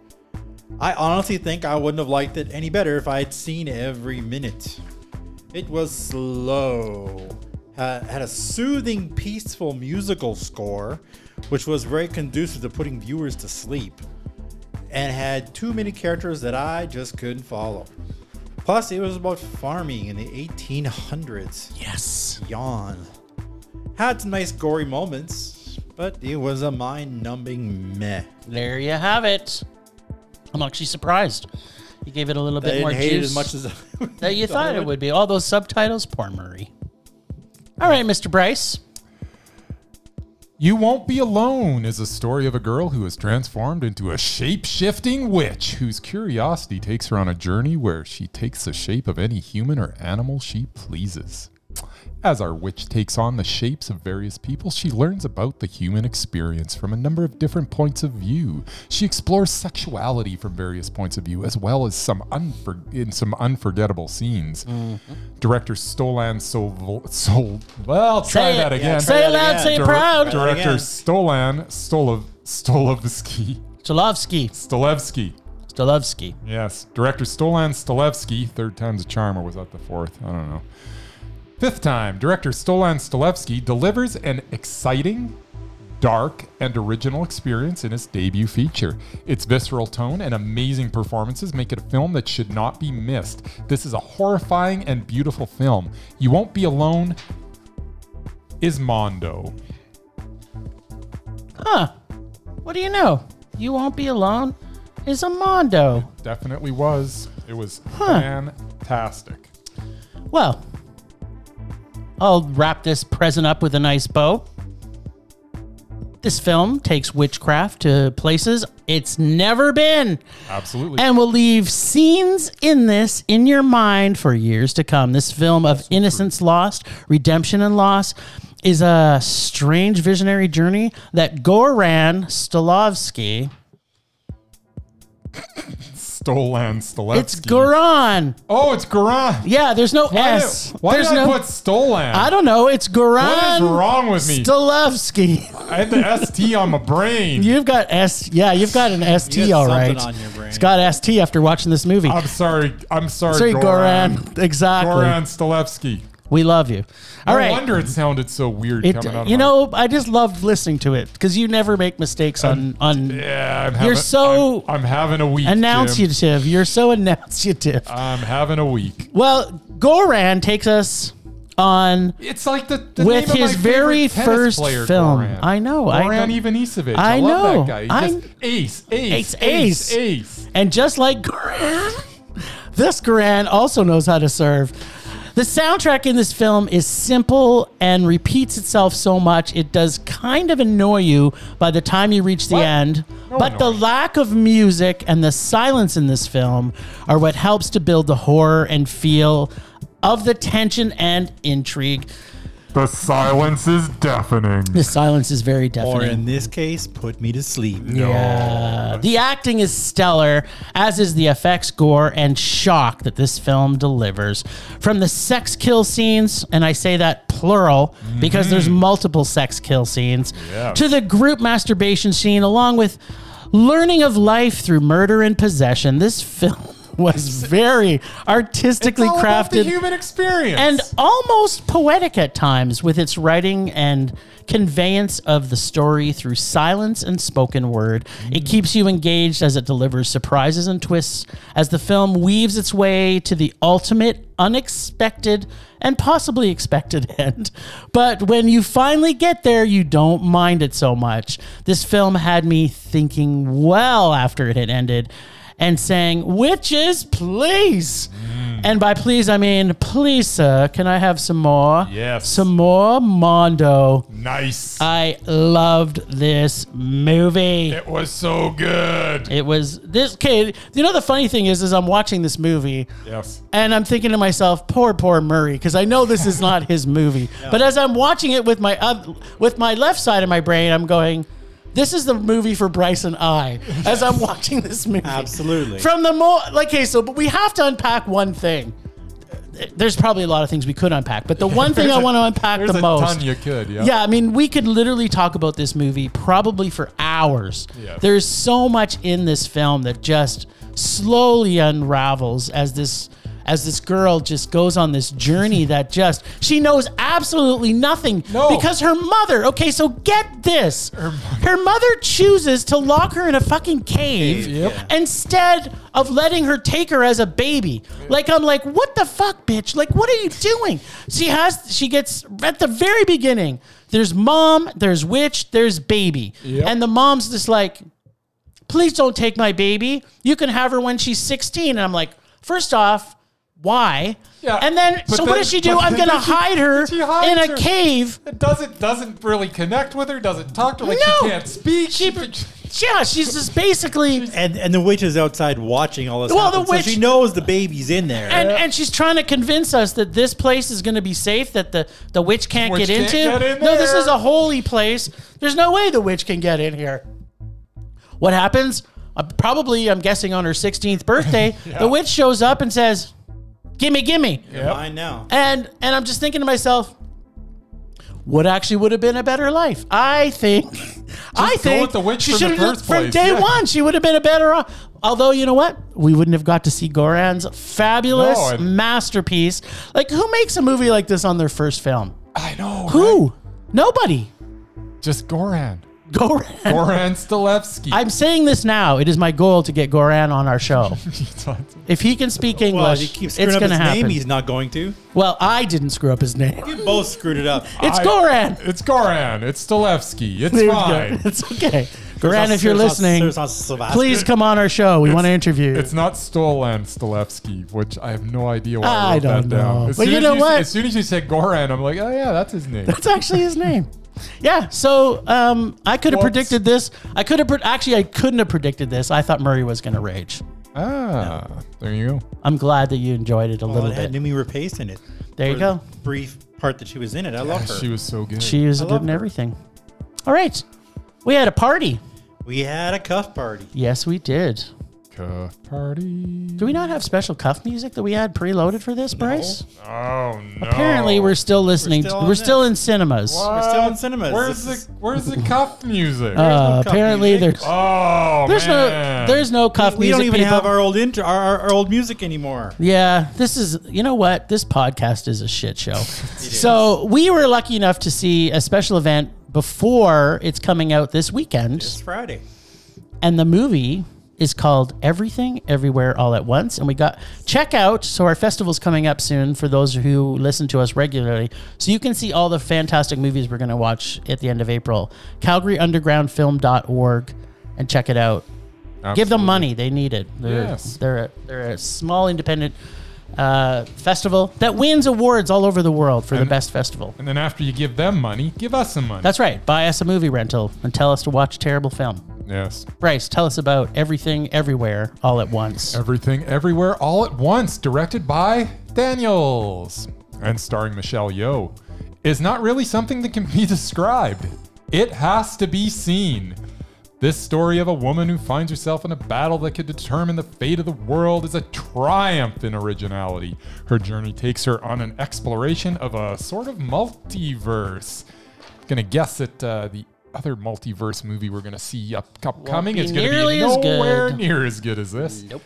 Speaker 3: I honestly think I wouldn't have liked it any better if I had seen every minute. It was slow. Uh, had a soothing, peaceful musical score, which was very conducive to putting viewers to sleep, and had too many characters that I just couldn't follow. Plus, it was about farming in the 1800s.
Speaker 2: Yes.
Speaker 3: Yawn. Had some nice gory moments, but it was a mind-numbing meh.
Speaker 2: There you have it. I'm actually surprised. You gave it a little
Speaker 3: I
Speaker 2: bit
Speaker 3: didn't
Speaker 2: more
Speaker 3: hate it
Speaker 2: juice
Speaker 3: as much as I
Speaker 2: that you thought it would be. All those subtitles, poor Murray. All right, Mr. Bryce.
Speaker 1: You Won't Be Alone is a story of a girl who is transformed into a shape shifting witch whose curiosity takes her on a journey where she takes the shape of any human or animal she pleases. As our witch takes on the shapes of various people, she learns about the human experience from a number of different points of view. She explores sexuality from various points of view, as well as some unfor- in some unforgettable scenes.
Speaker 2: Mm-hmm.
Speaker 1: Director Stolan Sol, Sol- well, try
Speaker 2: Say it.
Speaker 1: that again.
Speaker 2: Say it
Speaker 3: that
Speaker 2: loud,
Speaker 3: again.
Speaker 2: say it
Speaker 1: Dir-
Speaker 2: proud.
Speaker 1: Director
Speaker 3: Again.
Speaker 1: Stolan Stolov Stolovsky.
Speaker 2: Stolovsky.
Speaker 1: Stolevsky.
Speaker 2: Stolovsky.
Speaker 1: Yes. Director Stolan Stolevsky. Third time's a charm, or was that the fourth? I don't know. Fifth time, director Stolan Stolevsky delivers an exciting, dark, and original experience in his debut feature. Its visceral tone and amazing performances make it a film that should not be missed. This is a horrifying and beautiful film. You Won't Be Alone is Mondo.
Speaker 2: Huh. What do you know? You Won't Be Alone is a Mondo.
Speaker 1: Definitely was. It was fantastic.
Speaker 2: Well, I'll wrap this present up with a nice bow. This film takes witchcraft to places it's never been
Speaker 1: Absolutely.
Speaker 2: and will leave scenes in this in your mind for years to come. This film of innocence lost, redemption and loss is a strange visionary journey that Goran Stolovsky,
Speaker 1: Stolan Stolevsky.
Speaker 2: it's Goran.
Speaker 1: Oh, it's Goran.
Speaker 2: Yeah, there's no
Speaker 1: Why
Speaker 2: S.
Speaker 1: Did, why
Speaker 2: there's
Speaker 1: did
Speaker 2: no
Speaker 1: I put Stolan?
Speaker 2: I don't know. It's
Speaker 1: What
Speaker 2: Goran
Speaker 1: is wrong with me?
Speaker 2: Stolovsky.
Speaker 1: I had the ST on my brain.
Speaker 2: You've got S. Yeah, you've got an ST,
Speaker 3: got
Speaker 2: all
Speaker 3: something
Speaker 2: right.
Speaker 3: on your brain.
Speaker 2: It's got ST after watching this movie.
Speaker 1: I'm sorry. I'm sorry,
Speaker 2: Sorry, Goran.
Speaker 1: Goran.
Speaker 2: Exactly.
Speaker 1: Goran Stolevsky.
Speaker 2: We love you.
Speaker 1: No
Speaker 2: All right.
Speaker 1: wonder it sounded so weird
Speaker 2: It,
Speaker 1: coming out of
Speaker 2: you
Speaker 1: my-
Speaker 2: know, I just loved listening to it because you never make mistakes on on
Speaker 1: Yeah, I'm having,
Speaker 2: You're so
Speaker 1: I'm, I'm having a week. Jim.
Speaker 2: announceative. You're so announceative.
Speaker 1: I'm having a week.
Speaker 2: Well, Goran takes us on
Speaker 1: It's like the, the
Speaker 2: With
Speaker 1: name of
Speaker 2: his
Speaker 1: my favorite
Speaker 2: very
Speaker 1: tennis
Speaker 2: first
Speaker 1: player,
Speaker 2: film.
Speaker 1: Goran.
Speaker 2: I know, I
Speaker 1: Goran
Speaker 2: don't-
Speaker 1: Ivanisevic.
Speaker 2: I
Speaker 1: I, love
Speaker 2: know.
Speaker 1: that guy. He
Speaker 2: I-
Speaker 1: just ace, ace,
Speaker 2: Ace, ace.
Speaker 1: ace, ace.
Speaker 2: And just like Goran, this Goran also knows how to serve. The soundtrack in this film is simple and repeats itself so much it does kind of annoy you by the time you reach the
Speaker 1: What?
Speaker 2: end.
Speaker 1: No
Speaker 2: but the
Speaker 1: annoying.
Speaker 2: lack of music and the silence in this film are what helps to build the horror and feel of the tension and intrigue.
Speaker 1: The silence is deafening.
Speaker 2: The silence is very deafening.
Speaker 3: Or in this case, put me to sleep.
Speaker 2: Yeah. The acting is stellar, as is the effects, gore, and shock that this film delivers. From the sex kill scenes, and I say that plural because there's
Speaker 1: Mm-hmm.
Speaker 2: multiple sex kill scenes,
Speaker 1: Yeah.
Speaker 2: to the group masturbation scene, along with learning of life through murder and possession, this film was very artistically
Speaker 1: It's all about the
Speaker 2: crafted
Speaker 1: human experience.
Speaker 2: and almost poetic at times with its writing and conveyance of the story through silence and spoken word. It keeps you engaged as it delivers surprises and twists as the film weaves its way to the ultimate, unexpected, and possibly expected end. But when you finally get there, you don't mind it so much. This film had me thinking well after it had ended and saying, Witches, please.
Speaker 1: Mm.
Speaker 2: And by please, I mean, please, sir, can I have some more?
Speaker 1: Yes.
Speaker 2: Some more Mondo.
Speaker 1: Nice.
Speaker 2: I loved this movie.
Speaker 1: it was so good.
Speaker 2: It was this kid. You know, the funny thing is, is I'm watching this movie
Speaker 1: Yes.
Speaker 2: and I'm thinking to myself, poor, poor Murray, because I know this is not his movie. But as I'm watching it with my oth- with my left side of my brain, I'm going, this is the movie for Bryce and I. As I'm watching this movie,
Speaker 3: Absolutely.
Speaker 2: From the more like, okay, so but we have to unpack one thing. There's probably a lot of things we could unpack, but the one thing I
Speaker 1: There's a-
Speaker 2: want to unpack
Speaker 1: There's
Speaker 2: the
Speaker 1: a
Speaker 2: most.
Speaker 1: ton you could. Yeah.
Speaker 2: Yeah, I mean, we could literally talk about this movie probably for hours.
Speaker 1: Yeah.
Speaker 2: There's so much in this film that just slowly unravels as this as this girl just goes on this journey that just she knows absolutely nothing
Speaker 1: No.
Speaker 2: because her mother. Okay, so get this. Her, mother chooses to lock her in a fucking cave
Speaker 1: Yep.
Speaker 2: instead of letting her take her as a baby. Like I'm like, what the fuck, bitch? Like, what are you doing? She has she gets at the very beginning. There's mom, there's witch, there's baby,
Speaker 1: Yep.
Speaker 2: and the mom's just like, please don't take my baby. You can have her when she's 16. And I'm like, first off, why?
Speaker 1: Yeah,
Speaker 2: And then,
Speaker 1: but
Speaker 2: so what
Speaker 1: then-
Speaker 2: does she do?
Speaker 1: but
Speaker 2: I'm
Speaker 1: then
Speaker 2: gonna
Speaker 1: she-
Speaker 2: hide her
Speaker 1: she hides
Speaker 2: in a
Speaker 1: her.
Speaker 2: cave.
Speaker 1: It doesn't doesn't really connect with her. Doesn't talk to her. Like
Speaker 2: No.
Speaker 1: she can't speak.
Speaker 2: She- Yeah, she's just basically
Speaker 3: And and the witch is outside watching all this.
Speaker 2: Well,
Speaker 3: happen,
Speaker 2: the witch-
Speaker 3: so she knows the baby's in there.
Speaker 2: and and she's trying to convince us that this place is going to be safe, that the the witch can't
Speaker 1: Witch
Speaker 2: get
Speaker 1: can't
Speaker 2: into.
Speaker 1: get in
Speaker 2: no, this
Speaker 1: there.
Speaker 2: is a holy place. There's no way the witch can get in here. What happens? Uh, probably, I'm guessing on her 16th birthday, the witch shows up and says, "Gimme, gimme."
Speaker 1: Yep.
Speaker 3: Mine now.
Speaker 2: And and I'm just thinking to myself, what actually would have been a better life? I think, I
Speaker 1: Just go
Speaker 2: think
Speaker 1: with the witch from the
Speaker 2: should've-
Speaker 1: first
Speaker 2: from
Speaker 1: place,
Speaker 2: day
Speaker 1: yeah.
Speaker 2: one she would have been a better off. Although you know what, we wouldn't have got to see Goran's fabulous
Speaker 1: No, and-
Speaker 2: masterpiece. Like who makes a movie like this on their first film?
Speaker 1: I know.
Speaker 2: Who? Nobody.
Speaker 1: right? Just Goran.
Speaker 2: Goran.
Speaker 1: Goran Stilevsky.
Speaker 2: I'm saying this now. It is my goal to get Goran on our show. If he can speak English,
Speaker 3: well, if you keep
Speaker 2: it's
Speaker 3: screwing
Speaker 2: going
Speaker 3: up
Speaker 2: to
Speaker 3: his
Speaker 2: happen.
Speaker 3: name, he's not going to.
Speaker 2: well, I didn't screw up his name.
Speaker 3: You both screwed it up.
Speaker 2: It's
Speaker 1: I-
Speaker 2: Goran.
Speaker 1: It's Goran. It's Stilevsky. It's
Speaker 2: There we go.
Speaker 1: fine.
Speaker 2: It's okay. Goran, if you're
Speaker 3: There's not-
Speaker 2: listening,
Speaker 3: there's not Sylvester.
Speaker 2: please come on our show. We want to interview you.
Speaker 1: It's not Stolan Stilevsky, which I have no idea why I,
Speaker 2: I
Speaker 1: wrote
Speaker 2: don't
Speaker 1: that down.
Speaker 2: know.
Speaker 1: As
Speaker 2: But
Speaker 1: soon
Speaker 2: you
Speaker 1: as
Speaker 2: know
Speaker 1: s-
Speaker 2: what?
Speaker 1: As soon as you said Goran, I'm like, oh yeah, that's his name.
Speaker 2: That's actually his name. Yeah. So um, I could have
Speaker 1: Whoops.
Speaker 2: predicted this. I could have pre- actually. I couldn't have predicted this. I thought Murray was going to rage.
Speaker 1: ah, there you go.
Speaker 2: I'm glad that you enjoyed it a
Speaker 3: Well,
Speaker 2: little
Speaker 3: it had
Speaker 2: bit.
Speaker 3: Numi Rapace in it.
Speaker 2: There you
Speaker 3: For
Speaker 2: go.
Speaker 3: the Brief part that she was in it. I love her.
Speaker 1: She was so good.
Speaker 2: She was
Speaker 3: I
Speaker 2: good
Speaker 3: love
Speaker 2: in
Speaker 3: her.
Speaker 2: everything. All right. We had a party.
Speaker 3: we had a cuff party.
Speaker 2: Yes, we did.
Speaker 1: Cuff party.
Speaker 2: Do we not have special cuff music that we had preloaded for this, Bryce?
Speaker 1: Oh no.
Speaker 2: Apparently, we're still listening. to- We're
Speaker 3: still
Speaker 2: still,
Speaker 3: on this.
Speaker 2: in cinemas.
Speaker 1: What?
Speaker 3: still in cinemas.
Speaker 1: Where's
Speaker 3: This
Speaker 1: the Where's the cuff music?
Speaker 2: Uh,
Speaker 3: cuff
Speaker 2: apparently,
Speaker 3: music.
Speaker 2: there's
Speaker 1: oh
Speaker 2: There's
Speaker 1: man.
Speaker 2: no there's no cuff
Speaker 3: We
Speaker 2: music.
Speaker 3: don't even
Speaker 2: people.
Speaker 3: have our old intro, our, our, our old music anymore.
Speaker 2: Yeah, this is you know what? This podcast is a shit show. so we were lucky enough to see a special event before it's coming out this weekend.
Speaker 3: It's Friday.
Speaker 2: And the movie is called Everything Everywhere All at Once. And we got check out. So our festival's coming up soon for those who listen to us regularly. So you can see all the fantastic movies we're gonna watch at the end of April. CalgaryUndergroundFilm.org and check it out give them money. They need it. They're,
Speaker 1: Yes.
Speaker 2: they're, a, they're a small independent uh, festival that wins awards all over the world for the
Speaker 1: And-
Speaker 2: best festival.
Speaker 1: And then after you give them money, give us some money.
Speaker 2: That's right. Buy us a movie rental and tell us to watch a terrible film.
Speaker 1: yes.
Speaker 2: Bryce, tell us about everything, everywhere, all at once.
Speaker 1: Everything Everywhere All at Once, directed by Daniels and starring Michelle Yeoh, is not really something that can be described. It has to be seen. This story of a woman who finds herself in a battle that could determine the fate of the world is a triumph in originality. Her journey takes her on an exploration of a sort of multiverse. Gonna guess that uh, the other multiverse movie we're gonna see up, upcoming
Speaker 2: be
Speaker 1: is gonna be
Speaker 2: nearly as good.
Speaker 1: nowhere near as good as this.
Speaker 2: Nope.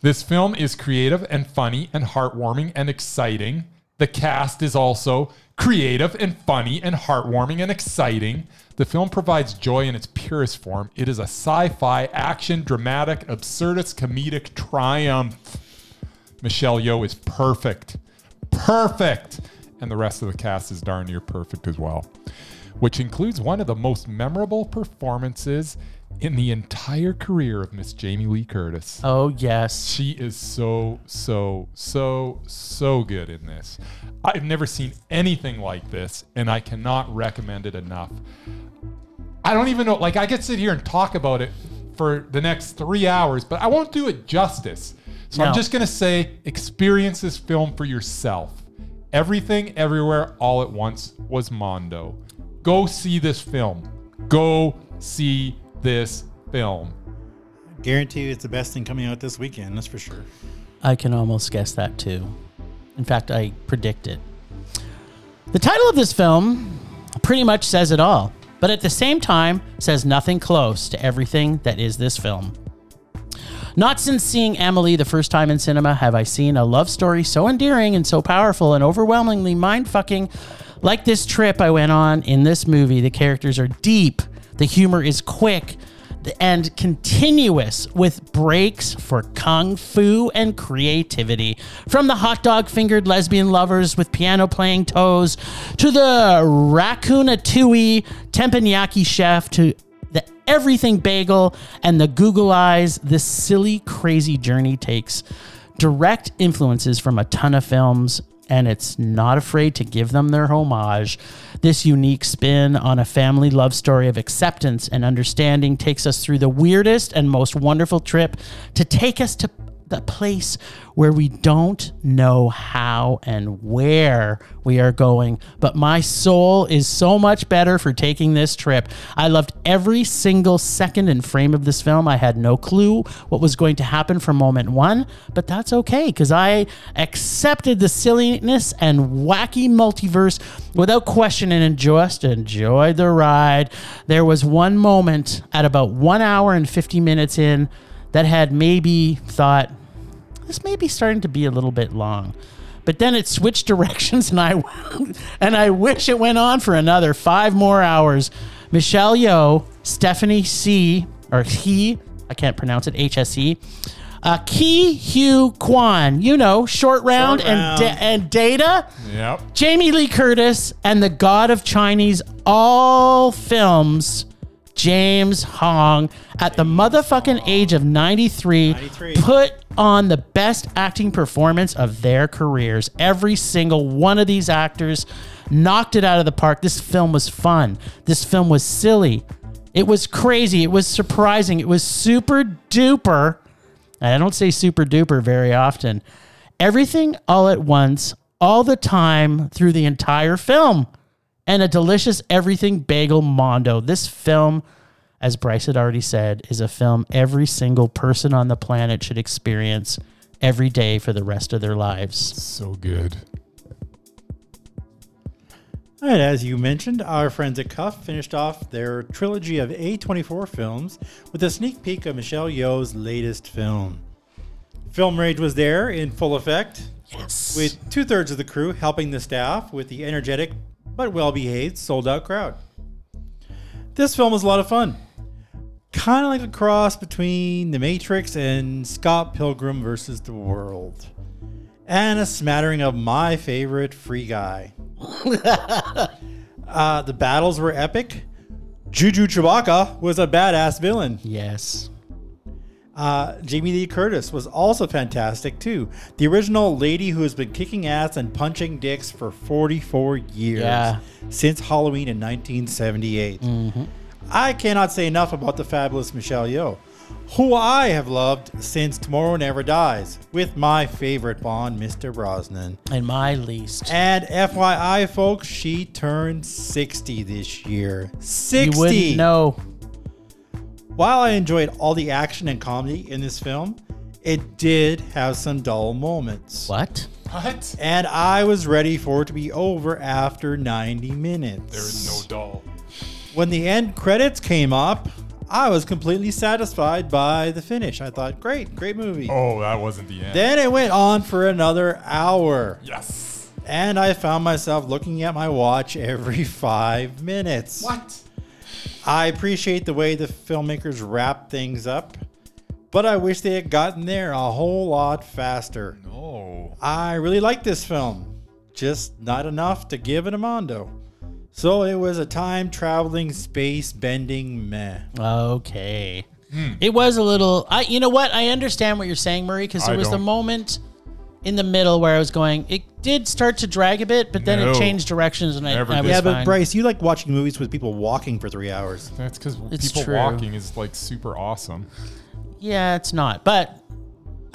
Speaker 1: This film is creative and funny and heartwarming and exciting. The cast is also creative and funny and heartwarming and exciting. The film provides joy in its purest form. It is a sci fi, action, dramatic, absurdist, comedic triumph. Michelle Yeoh is perfect. Perfect. And the rest of the cast is darn near perfect as well, which includes one of the most memorable performances in the entire career of Miss Jamie Lee Curtis.
Speaker 2: Oh, yes.
Speaker 1: She is so, so, so, so good in this. I've never seen anything like this, and I cannot recommend it enough. I don't even know, like, I could sit here and talk about it for the next three hours, but I won't do it justice. So
Speaker 2: No.
Speaker 1: I'm just going to say experience this film for yourself. Everything, everywhere, all at once was Mondo. Go see this film. Go see this film.
Speaker 3: Guarantee you it's the best thing coming out this weekend, that's for sure.
Speaker 2: I can almost guess that too. In fact, I predict it. The title of this film pretty much says it all, but at the same time says nothing close to everything that is this film. Not since seeing Emily the first time in cinema have I seen a love story so endearing and so powerful and overwhelmingly mind fucking like this trip I went on in this movie. The characters are deep, the humor is quick and continuous with breaks for kung fu and creativity. From the hot dog fingered lesbian lovers with piano playing toes to the raccoonatui teppanyaki chef to the everything bagel and the Google eyes this silly, crazy journey takes. Direct influences from a ton of films, and it's not afraid to give them their homage. This unique spin on a family love story of acceptance and understanding takes us through the weirdest and most wonderful trip to take us to the place where we don't know how and where we are going, but my soul is so much better for taking this trip. I loved every single second and frame of this film. I had no clue what was going to happen from moment one, but that's okay because I accepted the silliness and wacky multiverse without question and just enjoyed the ride. There was one moment at about one hour and 50 minutes in that had maybe thought, this may be starting to be a little bit long. But then it switched directions, and I and I wish it went on for another five more hours. Michelle Yeoh, Stephanie C, or he, I can't pronounce it, HSE, uh, Ki Hugh Kwan, you know, short round, and
Speaker 3: Round.
Speaker 2: da- and data.
Speaker 1: Yep.
Speaker 2: Jamie Lee Curtis and the God of Chinese all films James Hong at the motherfucking age of 93,
Speaker 3: 93.
Speaker 2: put on the best acting performance of their careers. Every single one of these actors knocked it out of the park. This film was fun. This film was silly. It was crazy. It was surprising. It was super duper and I don't say super duper very often. Everything all at once, all the time through the entire film, and a delicious everything bagel mondo. This film, as Bryce had already said, is a film every single person on the planet should experience every day for the rest of their lives.
Speaker 1: So good.
Speaker 3: And as you mentioned, our friends at Cuff finished off their trilogy of A24 films with a sneak peek of Michelle Yeoh's latest film. Film Rage was there in full effect,
Speaker 2: Yes.
Speaker 3: with two thirds of the crew helping the staff with the energetic but well behaved sold out crowd. This film was a lot of fun. Kind of like a cross between The Matrix and Scott Pilgrim versus the World. And a smattering of my favorite free guy. uh, the battles were epic. Juju Chewbacca was a badass villain.
Speaker 2: yes.
Speaker 3: Uh, Jamie Lee Curtis was also fantastic too. The original lady who has been kicking ass and punching dicks for 44 years
Speaker 2: Yeah. Mm-hmm.
Speaker 3: since Halloween in 1978. I cannot say enough about the fabulous Michelle Yeoh, who I have loved since Tomorrow Never Dies with my favorite Bond, Mr. Brosnan.
Speaker 2: And my least.
Speaker 3: And FYI, folks, she turned 60 this year. 60.
Speaker 2: You wouldn't know.
Speaker 3: While I enjoyed all the action and comedy in this film, it did have some dull moments.
Speaker 2: What?
Speaker 1: What?
Speaker 3: And I was ready for it to be over after 90 minutes.
Speaker 1: There is no doll.
Speaker 3: When the end credits came up, I was completely satisfied by the finish. I thought, great, great movie.
Speaker 1: Oh, that wasn't the end.
Speaker 3: Then it went on for another hour,
Speaker 1: yes.
Speaker 3: and I found myself looking at my watch every five minutes.
Speaker 1: What?
Speaker 3: I appreciate the way the filmmakers wrap things up, but I wish they had gotten there a whole lot faster.
Speaker 1: No.
Speaker 3: I really like this film, just not enough to give it a mondo. So it was a time traveling, space bending meh.
Speaker 2: Okay.
Speaker 3: Hmm.
Speaker 2: It was a little. I, you know what? I understand what you're saying, Murray, because there
Speaker 1: I
Speaker 2: was the
Speaker 1: don't.
Speaker 2: moment in the middle where I was going. It did start to drag a bit, but then
Speaker 1: No.
Speaker 2: it changed directions, and I,
Speaker 1: Never
Speaker 2: I
Speaker 1: did.
Speaker 2: was
Speaker 1: Yeah,
Speaker 3: Yeah, but
Speaker 2: fine.
Speaker 3: Bryce, you like watching movies with people walking for three hours.
Speaker 1: That's because
Speaker 2: It's
Speaker 1: people
Speaker 2: true.
Speaker 1: walking is like super awesome.
Speaker 2: Yeah, it's not. But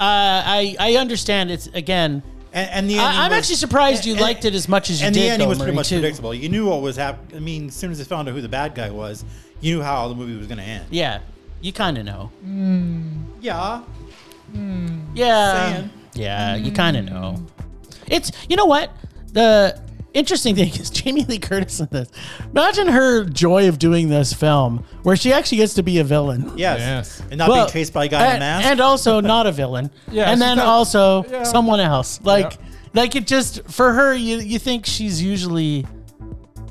Speaker 2: uh, I, I understand. It's again.
Speaker 3: And, and the ending
Speaker 2: I, I'm
Speaker 3: was-
Speaker 2: actually surprised you
Speaker 3: and-
Speaker 2: liked it as much as you
Speaker 3: and
Speaker 2: did.
Speaker 3: the ending
Speaker 2: though,
Speaker 3: was
Speaker 2: Murray,
Speaker 3: pretty much
Speaker 2: too.
Speaker 3: predictable. You knew what was happening. I mean, as soon as they found out who the bad guy was, you knew how the movie was going to end.
Speaker 2: Yeah, you kind of know.
Speaker 3: Yeah,
Speaker 2: Yeah.
Speaker 3: Saying.
Speaker 2: Yeah, you kind of know. It's you know what the interesting thing is Jamie Lee Curtis in this. Imagine her joy of doing this film where she actually gets to be a villain.
Speaker 3: yes.
Speaker 1: Yes.
Speaker 3: and not
Speaker 2: Well,
Speaker 3: being chased by a guy in a
Speaker 2: and-
Speaker 3: mask.
Speaker 2: and also not a villain.
Speaker 1: Yeah,
Speaker 2: and
Speaker 1: she's
Speaker 2: then
Speaker 1: not-
Speaker 2: also
Speaker 1: yeah.
Speaker 2: someone else. Like,
Speaker 1: Yeah.
Speaker 2: like it just for her. You you think she's usually.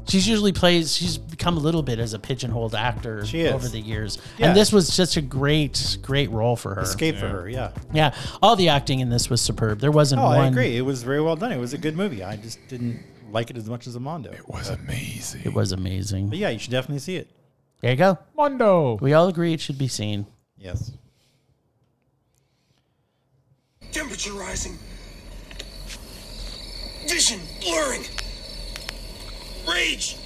Speaker 2: She's usually plays. She's become a little bit as a pigeonholed actor
Speaker 3: She is.
Speaker 2: over the years,
Speaker 3: Yeah.
Speaker 2: and this was just a great, great role for her.
Speaker 3: escape for her. Yeah.
Speaker 2: Yeah, all the acting in this was superb. There wasn't
Speaker 3: Oh,
Speaker 2: one.
Speaker 3: I agree. It was very well done. It was a good movie. I just didn't like it as much as Amando.
Speaker 1: It was amazing.
Speaker 2: It was amazing.
Speaker 3: But yeah, you should definitely see it.
Speaker 2: There you go.
Speaker 1: Mondo.
Speaker 2: We all agree it should be seen.
Speaker 3: Yes.
Speaker 4: Temperature rising. Vision blurring. Rage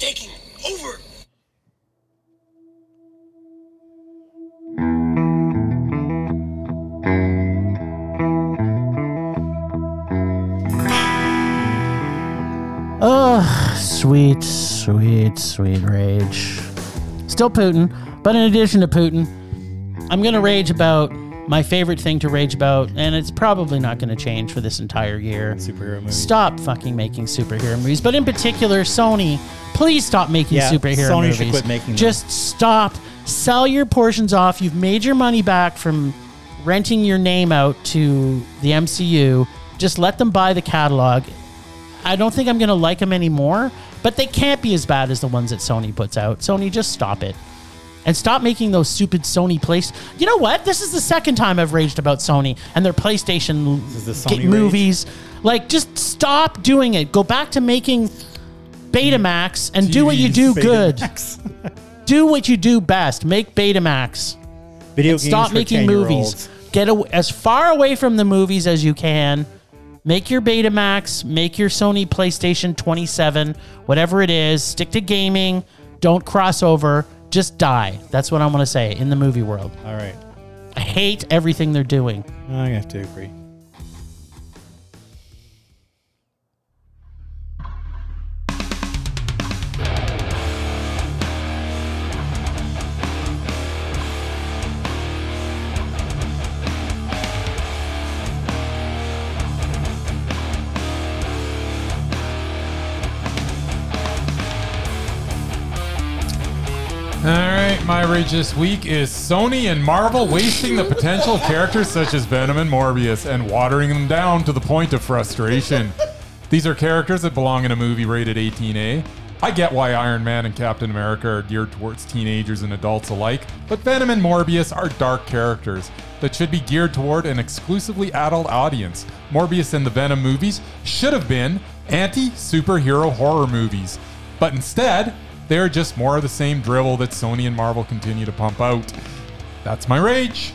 Speaker 4: taking over.
Speaker 2: Oh, sweet, sweet, sweet rage. Still Putin, but in addition to Putin, I'm going to rage about my favorite thing to rage about, and it's probably not going to change for this entire year.
Speaker 3: Superhero movie.
Speaker 2: Stop fucking making superhero movies, but in particular, Sony, please stop making
Speaker 3: Yeah,
Speaker 2: superhero
Speaker 3: Sony
Speaker 2: movies.
Speaker 3: should quit making them.
Speaker 2: Just stop. Sell your portions off. You've made your money back from renting your name out to the MCU. Just let them buy the catalog. I don't think I'm going to like them anymore, but they can't be as bad as the ones that Sony puts out. Sony, just stop it. And stop making those stupid Sony place. You know what? This is the second time I've raged about Sony and their PlayStation
Speaker 3: This is the
Speaker 2: get
Speaker 3: Sony rage.
Speaker 2: movies. Like, just stop doing it. Go back to making Betamax and do what you do good.
Speaker 3: Betamax.
Speaker 2: Do what you do best. Make Betamax.
Speaker 3: Video games.
Speaker 2: Stop
Speaker 3: for
Speaker 2: making
Speaker 3: 10-year-olds.
Speaker 2: movies. Get aw- as far away from the movies as you can. Make your Betamax, make your Sony PlayStation 27, whatever it is. Stick to gaming. Don't cross over. Just die. That's what I want to say in the movie world.
Speaker 3: All right.
Speaker 2: I hate everything they're doing.
Speaker 3: I have to agree.
Speaker 1: All right, my rage this week is Sony and Marvel wasting the potential of characters such as Venom and Morbius and watering them down to the point of frustration. These are characters that belong in a movie rated 18A. I get why Iron Man and Captain America are geared towards teenagers and adults alike, but Venom and Morbius are dark characters that should be geared toward an exclusively adult audience. Morbius and the Venom movies should have been anti superhero horror movies. But instead, they're just more of the same drivel that Sony and Marvel continue to pump out. That's my rage.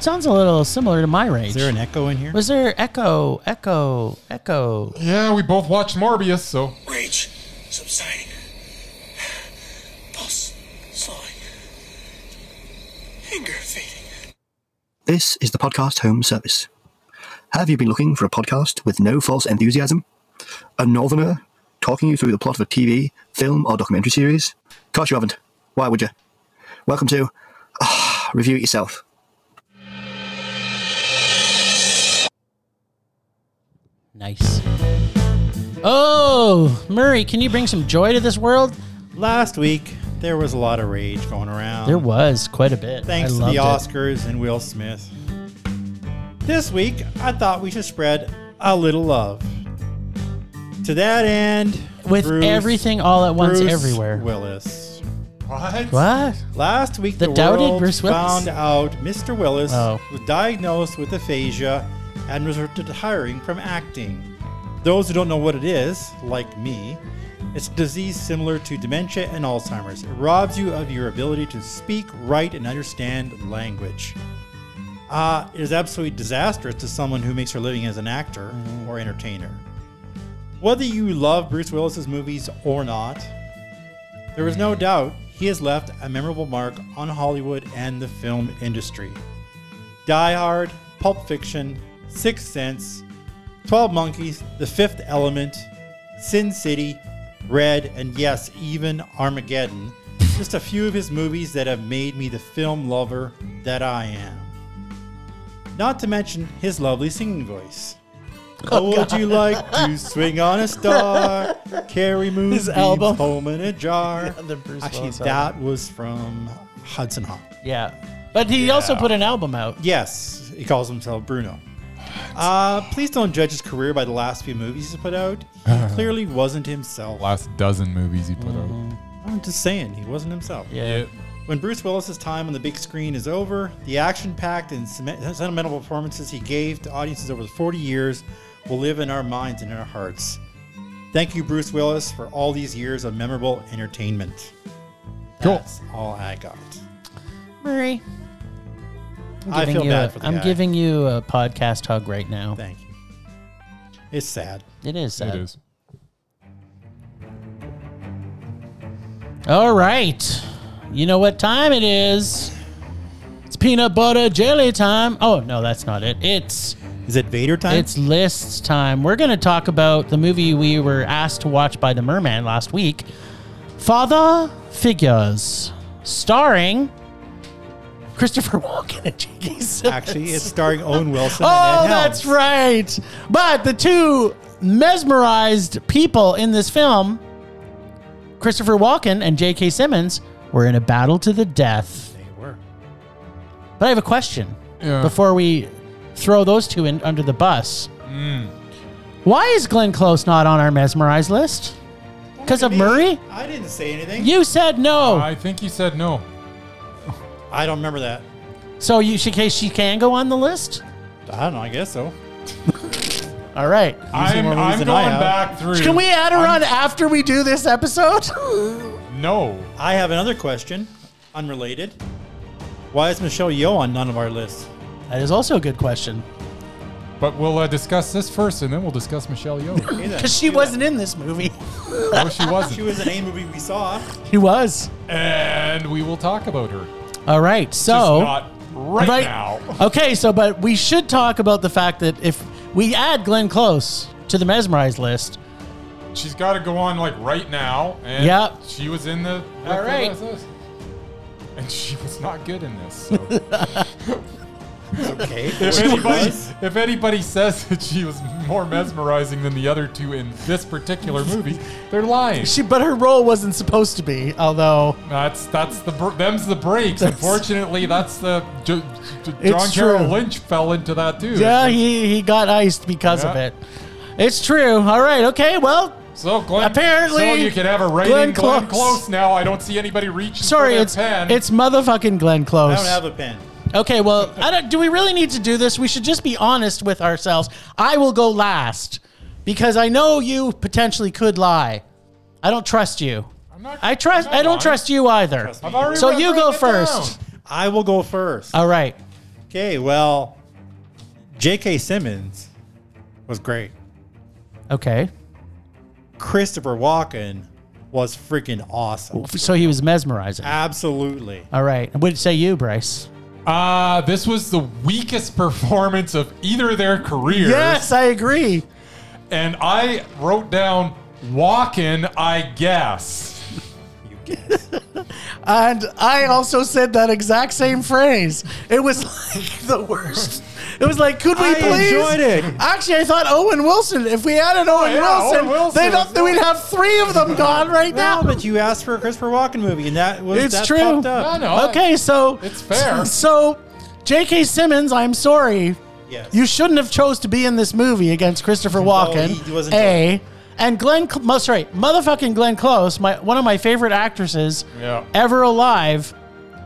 Speaker 2: Sounds a little similar to my rage.
Speaker 3: Is there an echo in here?
Speaker 2: Was there echo, echo, echo?
Speaker 1: Yeah, we both watched Morbius, so
Speaker 4: Rage subsiding. Pulse slowing. Anger fading.
Speaker 5: This is the Podcast Home Service. Have you been looking for a podcast with no false enthusiasm? A northerner talking you through the plot of a TV, film, or documentary series? Of course you haven't. Why would you? Welcome to ah, Review It Yourself.
Speaker 2: Nice. Oh, Murray, can you bring some joy to this world?
Speaker 3: Last week there was a lot of rage going around.
Speaker 2: There was quite a bit.
Speaker 3: Thanks
Speaker 2: I
Speaker 3: to the
Speaker 2: loved it.
Speaker 3: Oscars and Will Smith. This week, I thought we should spread a little love. To that end,
Speaker 2: With
Speaker 3: Bruce-
Speaker 2: everything all at once
Speaker 3: Bruce
Speaker 2: everywhere.
Speaker 3: Willis.
Speaker 1: what?
Speaker 2: What?
Speaker 3: Last week,
Speaker 2: The
Speaker 3: the,
Speaker 2: doubted
Speaker 3: world
Speaker 2: Bruce Willis.
Speaker 3: found out Mr. Willis
Speaker 2: Oh.
Speaker 3: was diagnosed with aphasia and was retiring from acting. Those who don't know what it is, like me, it's a disease similar to dementia and Alzheimer's. It robs you of your ability to speak, write, and understand language. Uh, it is absolutely disastrous to someone who makes her living as an actor
Speaker 2: Mm-hmm.
Speaker 3: or entertainer. Whether you love Bruce Willis's movies or not, there is no doubt he has left a memorable mark on Hollywood and the film industry. Die Hard, Pulp Fiction, Sixth Sense, 12 Monkeys, The Fifth Element, Sin City, Red, and yes, even Armageddon. Just a few of his movies that have made me the film lover that I am. Not to mention his lovely singing voice. Oh, would you like to swing on a star? Carry moonbeams
Speaker 2: album.
Speaker 3: home in a jar.
Speaker 2: Yeah, the Bruce
Speaker 3: Actually,
Speaker 2: Willis
Speaker 3: that was from Hudson Hawk.
Speaker 2: Yeah. But he also put an album out.
Speaker 3: Yes, he calls himself Bruno. Uh, please don't judge his career by the last few movies he's put out. He clearly wasn't himself.
Speaker 1: Last dozen movies he put out.
Speaker 3: I'm just saying, he wasn't himself.
Speaker 2: Yeah.
Speaker 3: When Bruce Willis's time on the big screen is over, the action-packed and sen- sentimental performances he gave to audiences over the 40 years will live in our minds and in our hearts. Thank you, Bruce Willis, for all these years of memorable entertainment.
Speaker 1: Cool.
Speaker 3: That's all I got.
Speaker 2: Murray.
Speaker 3: I feel bad for the
Speaker 2: I'm
Speaker 3: guy.
Speaker 2: giving you a podcast hug right now.
Speaker 3: Thank you. It's sad.
Speaker 2: It is sad.
Speaker 1: It is.
Speaker 2: All right. You know what time it is? It's peanut butter jelly time. Oh, no, that's not it. It's
Speaker 3: Is it Vader time?
Speaker 2: it's lists time. We're going to talk about the movie we were asked to watch by the merman last week. Father Figures, starring Christopher Walken and J.K. Simmons.
Speaker 3: Actually, it's starring Owen Wilson. and
Speaker 2: Oh,
Speaker 3: Ed
Speaker 2: that's
Speaker 3: Helms.
Speaker 2: right. But the two mesmerized people in this film, Christopher Walken and J.K. Simmons, were in a battle to the death.
Speaker 3: They were.
Speaker 2: But I have a question
Speaker 1: Yeah.
Speaker 2: before we throw those two in under the bus. Why is Glenn Close not on our mesmerized list? Because of
Speaker 3: Me?
Speaker 2: Murray?
Speaker 3: I didn't say anything.
Speaker 2: You said no.
Speaker 1: I think you said no.
Speaker 3: I don't remember that.
Speaker 2: so you she, ca- she can go on the list?
Speaker 3: I don't know. I guess so.
Speaker 2: All right.
Speaker 1: I'm,
Speaker 3: more movies
Speaker 1: I'm
Speaker 3: than
Speaker 1: going
Speaker 3: I have.
Speaker 1: back through.
Speaker 2: Can we add her
Speaker 1: I'm-
Speaker 2: on after we do this episode?
Speaker 1: No.
Speaker 3: I have another question, unrelated. Why is Michelle Yeoh on none of our lists?
Speaker 2: That is also a good question.
Speaker 1: But we'll uh, discuss this first, and then we'll discuss Michelle Yeoh.
Speaker 3: Hey there,
Speaker 2: Because she
Speaker 3: do that.
Speaker 2: wasn't in this movie.
Speaker 1: no, she
Speaker 3: She
Speaker 1: wasn't.
Speaker 3: was in a movie we saw.
Speaker 2: She was.
Speaker 1: And we will talk about her.
Speaker 2: All right.
Speaker 1: Just
Speaker 2: So,
Speaker 1: not right,
Speaker 2: right-
Speaker 1: now.
Speaker 2: okay. So, but we should talk about the fact that if we add Glenn Close to the mesmerized list,
Speaker 1: She's got to go on like right now. And
Speaker 2: Yep.
Speaker 1: She was in the.
Speaker 2: All right.
Speaker 1: And she was not good in this. So.
Speaker 3: Okay.
Speaker 1: if,
Speaker 3: She
Speaker 1: anybody,
Speaker 3: was.
Speaker 1: if anybody says that she was more mesmerizing than the other two in this particular movie, they're lying.
Speaker 2: she but her role wasn't supposed to be. Although
Speaker 1: That's that's the br- them's the breaks.
Speaker 2: That's-
Speaker 1: Unfortunately, that's the J- J- John
Speaker 2: It's
Speaker 1: Carroll
Speaker 2: true.
Speaker 1: Lynch fell into that too.
Speaker 2: yeah, he he got iced because of
Speaker 1: Yeah.
Speaker 2: it. It's true. All right. Okay. Well.
Speaker 1: So Glenn,
Speaker 2: Apparently,
Speaker 1: so you can have a rating.
Speaker 2: Glenn
Speaker 1: Glenn
Speaker 2: Close.
Speaker 1: Close. now. I don't see anybody reaching.
Speaker 2: Sorry.
Speaker 1: for their
Speaker 2: It's
Speaker 1: pen.
Speaker 2: it's motherfucking Glenn Close.
Speaker 3: I don't have a pen.
Speaker 2: Okay, well, I don't, do we really need to do this? We should just be honest with ourselves. I will go last because I know you potentially could lie. I don't trust you.
Speaker 1: I'm not-
Speaker 2: I trust.
Speaker 1: I'm not
Speaker 2: I don't
Speaker 1: lying.
Speaker 2: trust you either.
Speaker 3: Trust me.
Speaker 1: I've already
Speaker 2: So
Speaker 1: written-
Speaker 2: you go
Speaker 1: written it
Speaker 2: first.
Speaker 1: down.
Speaker 3: I will go first.
Speaker 2: All right.
Speaker 3: Okay, well, J.K. Simmons was great.
Speaker 2: Okay.
Speaker 3: Christopher Walken was freaking awesome.
Speaker 2: So he was mesmerizing.
Speaker 3: Absolutely.
Speaker 2: All right. What say you, Bryce?
Speaker 1: Uh, this was the weakest performance of either of their careers.
Speaker 2: I agree.
Speaker 1: And I wrote down walking, I guess.
Speaker 3: You guess.
Speaker 2: And I also said that exact same phrase. It was like the worst. It was like, could we
Speaker 3: I
Speaker 2: please?
Speaker 3: enjoyed it. Oh,
Speaker 2: Actually, I thought Owen Wilson. If we added Owen,
Speaker 1: yeah,
Speaker 2: Wilson,
Speaker 1: Owen Wilson
Speaker 2: they'd
Speaker 1: as
Speaker 2: have, we'd have three of them gone right
Speaker 3: no,
Speaker 2: now.
Speaker 3: but you asked for a Christopher Walken movie, and that was
Speaker 2: It's
Speaker 3: that's
Speaker 2: true.
Speaker 3: popped
Speaker 1: I
Speaker 3: Up.
Speaker 1: know.
Speaker 2: okay, so
Speaker 1: It's fair.
Speaker 2: So, J.K. Simmons, I'm sorry,
Speaker 3: Yes.
Speaker 2: you shouldn't have chose to be in this movie against Christopher Walken.
Speaker 3: he wasn't
Speaker 2: a and Glenn, Cl- mo- sorry, motherfucking Glenn Close, my one of my favorite actresses
Speaker 1: Yeah.
Speaker 2: ever alive,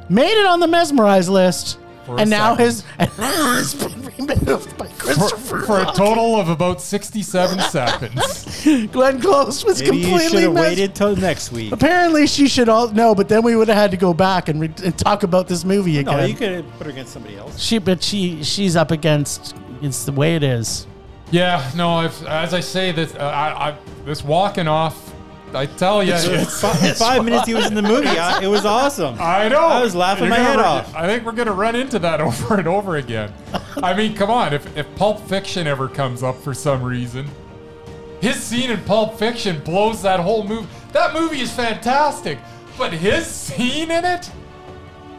Speaker 2: made it on the mesmerized list.
Speaker 3: for a
Speaker 2: and now
Speaker 3: second.
Speaker 2: his and now it's been removed by
Speaker 1: For,
Speaker 2: Christopher.
Speaker 1: for a
Speaker 2: Lloyd.
Speaker 1: total of about 67 seconds.
Speaker 2: Glenn Close was
Speaker 3: Maybe you should
Speaker 2: completely
Speaker 3: have
Speaker 2: messed.
Speaker 3: waited till next week.
Speaker 2: Apparently, she should all know, but then we would have had to go back and, re- and talk about this movie again.
Speaker 3: No, you could put her against somebody else.
Speaker 2: She, but she, she's up against. It's the way it is.
Speaker 1: Yeah, no, I've, as I say, this, uh, I, I, this walking off, I tell you, it's.
Speaker 3: Five, five minutes he was in the movie. I, it was awesome.
Speaker 1: I know.
Speaker 3: I was laughing my
Speaker 1: gonna
Speaker 3: head
Speaker 1: run-
Speaker 3: off.
Speaker 1: I think we're going to run into that over and over again. I mean, come on. If, if Pulp Fiction ever comes up for some reason, his scene in Pulp Fiction blows that whole movie. That movie is fantastic, but his scene in it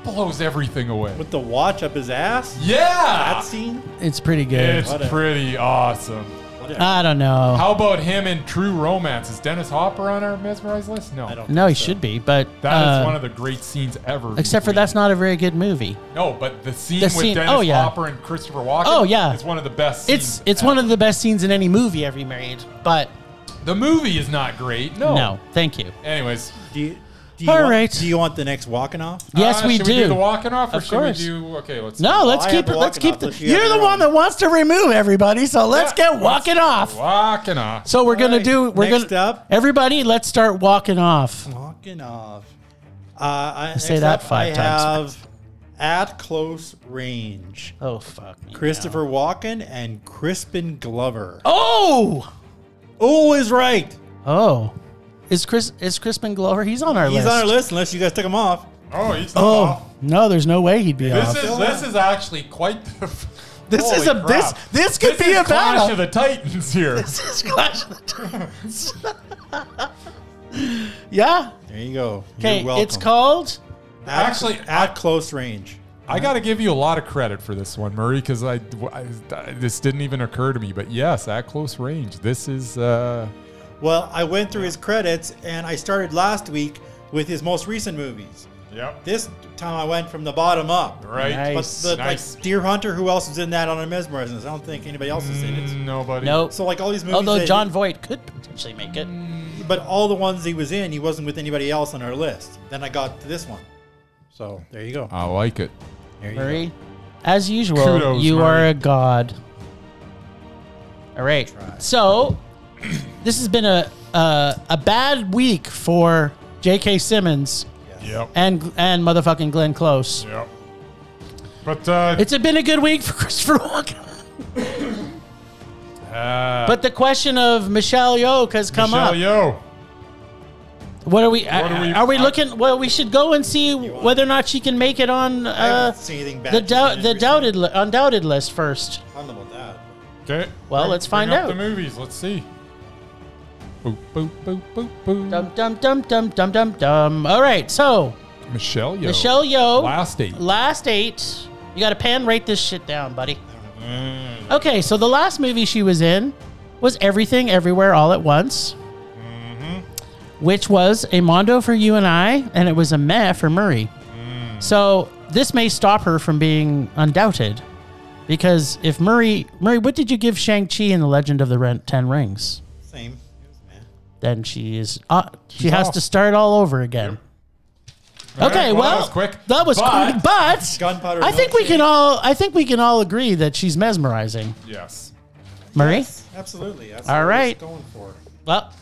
Speaker 1: blows everything away.
Speaker 3: With the watch up his ass. That
Speaker 1: Yeah.
Speaker 3: scene.
Speaker 2: It's pretty good.
Speaker 1: It's
Speaker 3: What a-
Speaker 1: pretty awesome.
Speaker 3: Whatever.
Speaker 2: I don't know.
Speaker 1: How about him in True Romance? Is Dennis Hopper on our mesmerized list? No.
Speaker 3: I don't
Speaker 2: no, he
Speaker 3: think so.
Speaker 2: should be, but
Speaker 1: That is
Speaker 2: uh,
Speaker 1: one of the great scenes ever.
Speaker 2: except for
Speaker 1: between-
Speaker 2: that's not a very good movie.
Speaker 1: No, but the scene
Speaker 2: The
Speaker 1: with
Speaker 2: scene-
Speaker 1: Dennis
Speaker 2: oh, yeah.
Speaker 1: Hopper and Christopher Walken.
Speaker 2: Oh, yeah.
Speaker 1: it's one of the best.
Speaker 2: It's
Speaker 1: scenes
Speaker 2: it's
Speaker 1: ever.
Speaker 2: one of the best scenes in any movie ever made. But
Speaker 1: the movie is not great. No,
Speaker 2: no, thank you.
Speaker 1: Anyways,
Speaker 3: Do you, do you
Speaker 2: All
Speaker 3: want,
Speaker 2: right.
Speaker 3: Do you want the next walking off?
Speaker 2: Yes,
Speaker 1: uh,
Speaker 2: we
Speaker 1: should
Speaker 2: do.
Speaker 1: We do the walking off, or
Speaker 2: Of
Speaker 1: should
Speaker 2: course.
Speaker 1: we do? Okay, let's.
Speaker 2: no, let's
Speaker 3: I
Speaker 2: keep
Speaker 3: have
Speaker 2: it. Let's
Speaker 3: walking
Speaker 2: keep
Speaker 3: off
Speaker 2: the.
Speaker 3: if you have
Speaker 2: You're the
Speaker 3: your
Speaker 2: one
Speaker 3: own.
Speaker 2: that wants to remove everybody, so let's
Speaker 1: Yeah,
Speaker 2: get walking off.
Speaker 1: Walking off.
Speaker 2: So we're gonna
Speaker 3: right,
Speaker 2: do. We're
Speaker 3: next
Speaker 2: gonna.
Speaker 3: up.
Speaker 2: Everybody, let's start walking off.
Speaker 3: Walking off. Uh, I,
Speaker 2: Say
Speaker 3: next
Speaker 2: that
Speaker 3: up,
Speaker 2: five
Speaker 3: I
Speaker 2: times
Speaker 3: Have at close range.
Speaker 2: Oh fuck me.
Speaker 3: Christopher Walken and Crispin Glover. Oh,
Speaker 2: Oh.
Speaker 3: is right.
Speaker 2: Oh. Is Chris is Crispin Glover? He's on our
Speaker 3: He's
Speaker 2: list.
Speaker 3: on our list unless you guys took him off.
Speaker 1: Oh, he's not
Speaker 2: Oh
Speaker 1: off.
Speaker 2: no, there's no way he'd be
Speaker 1: This
Speaker 2: off.
Speaker 1: is this is actually quite. The,
Speaker 2: This
Speaker 1: Holy
Speaker 2: is a-
Speaker 1: crap.
Speaker 2: this- this could be
Speaker 1: is
Speaker 2: a
Speaker 1: Clash
Speaker 2: battle.
Speaker 1: of the Titans here.
Speaker 2: This is Clash of the Titans. yeah.
Speaker 3: There you go. You're
Speaker 2: Okay. It's
Speaker 3: welcome.
Speaker 2: called.
Speaker 3: At-
Speaker 1: Actually,
Speaker 3: at close range.
Speaker 1: I got to give you a lot of credit for this one, Murray, because I, I- this didn't even occur to me. But yes, at close range, this is. Uh,
Speaker 3: Well, I went through his credits and I started last week with his most recent movies.
Speaker 1: yep.
Speaker 3: This time I went from the bottom up.
Speaker 1: Right.
Speaker 2: Nice.
Speaker 3: But the,
Speaker 1: Nice.
Speaker 3: like Deer Hunter, who else is in that on a mesmerism? I don't think anybody else is in
Speaker 1: Mm.
Speaker 3: it.
Speaker 1: Nobody.
Speaker 2: Nope.
Speaker 3: So like all these movies,
Speaker 2: Although
Speaker 3: that-
Speaker 2: John Voight could potentially make it.
Speaker 3: but all the ones he was in, he wasn't with anybody else on our list. Then I got to this one. So there you go.
Speaker 1: I like it.
Speaker 3: There you
Speaker 2: Murray, as usual,
Speaker 1: Kudos,
Speaker 2: you are
Speaker 1: Murray.
Speaker 2: a god. All right. So, this has been a uh, a bad week for J.K. Simmons
Speaker 1: Yep.
Speaker 2: and and motherfucking Glenn Close.
Speaker 1: Yep. But uh,
Speaker 2: It's been a good week for Christopher Walken.
Speaker 1: uh,
Speaker 2: But the question of Michelle Yeoh has come
Speaker 1: Michelle
Speaker 2: up.
Speaker 1: Yeoh.
Speaker 2: What are we? uh,
Speaker 1: are we-
Speaker 2: are we looking? Well, we should go and see whether or not she can make it on
Speaker 3: I haven't
Speaker 2: uh,
Speaker 3: seen anything bad.
Speaker 2: the
Speaker 3: she's
Speaker 2: doubt
Speaker 3: in
Speaker 2: the
Speaker 3: recently.
Speaker 2: doubted li- undoubted list first.
Speaker 3: I don't know about that.
Speaker 1: Okay.
Speaker 2: Well,
Speaker 1: Bring-
Speaker 2: let's
Speaker 1: bring
Speaker 2: find
Speaker 1: up
Speaker 2: out.
Speaker 1: the movies. Let's see. Boop boop boop boop boop.
Speaker 2: Dum dum dum dum dum dum dum. All right, so
Speaker 1: Michelle Yeoh.
Speaker 2: Michelle Yeoh.
Speaker 1: Last eight.
Speaker 2: Last eight. You got to pan rate this shit down, buddy.
Speaker 1: Mm.
Speaker 2: Okay, so the last movie she was in was Everything Everywhere All at Once,
Speaker 1: Mm-hmm.
Speaker 2: which was a mondo for you and I, and it was a meh for Murray.
Speaker 1: Mm.
Speaker 2: So this may stop her from being undoubted, because if Murray, Murray, what did you give Shang Chi in the Legend of the Ren- Ten Rings?
Speaker 3: Same. It was meh.
Speaker 2: Then she is, uh, she has
Speaker 1: off.
Speaker 2: to start all over again.
Speaker 1: All
Speaker 2: Okay,
Speaker 1: right,
Speaker 2: well,
Speaker 1: that was quick.
Speaker 2: That was
Speaker 1: But-
Speaker 2: quick, but
Speaker 3: Gunpowder
Speaker 2: I think we can all I think we can all agree that she's mesmerizing,
Speaker 1: Yes.
Speaker 2: Murray.
Speaker 3: Absolutely. That's
Speaker 2: All
Speaker 3: what I was
Speaker 2: right.
Speaker 3: Going for.
Speaker 2: Well,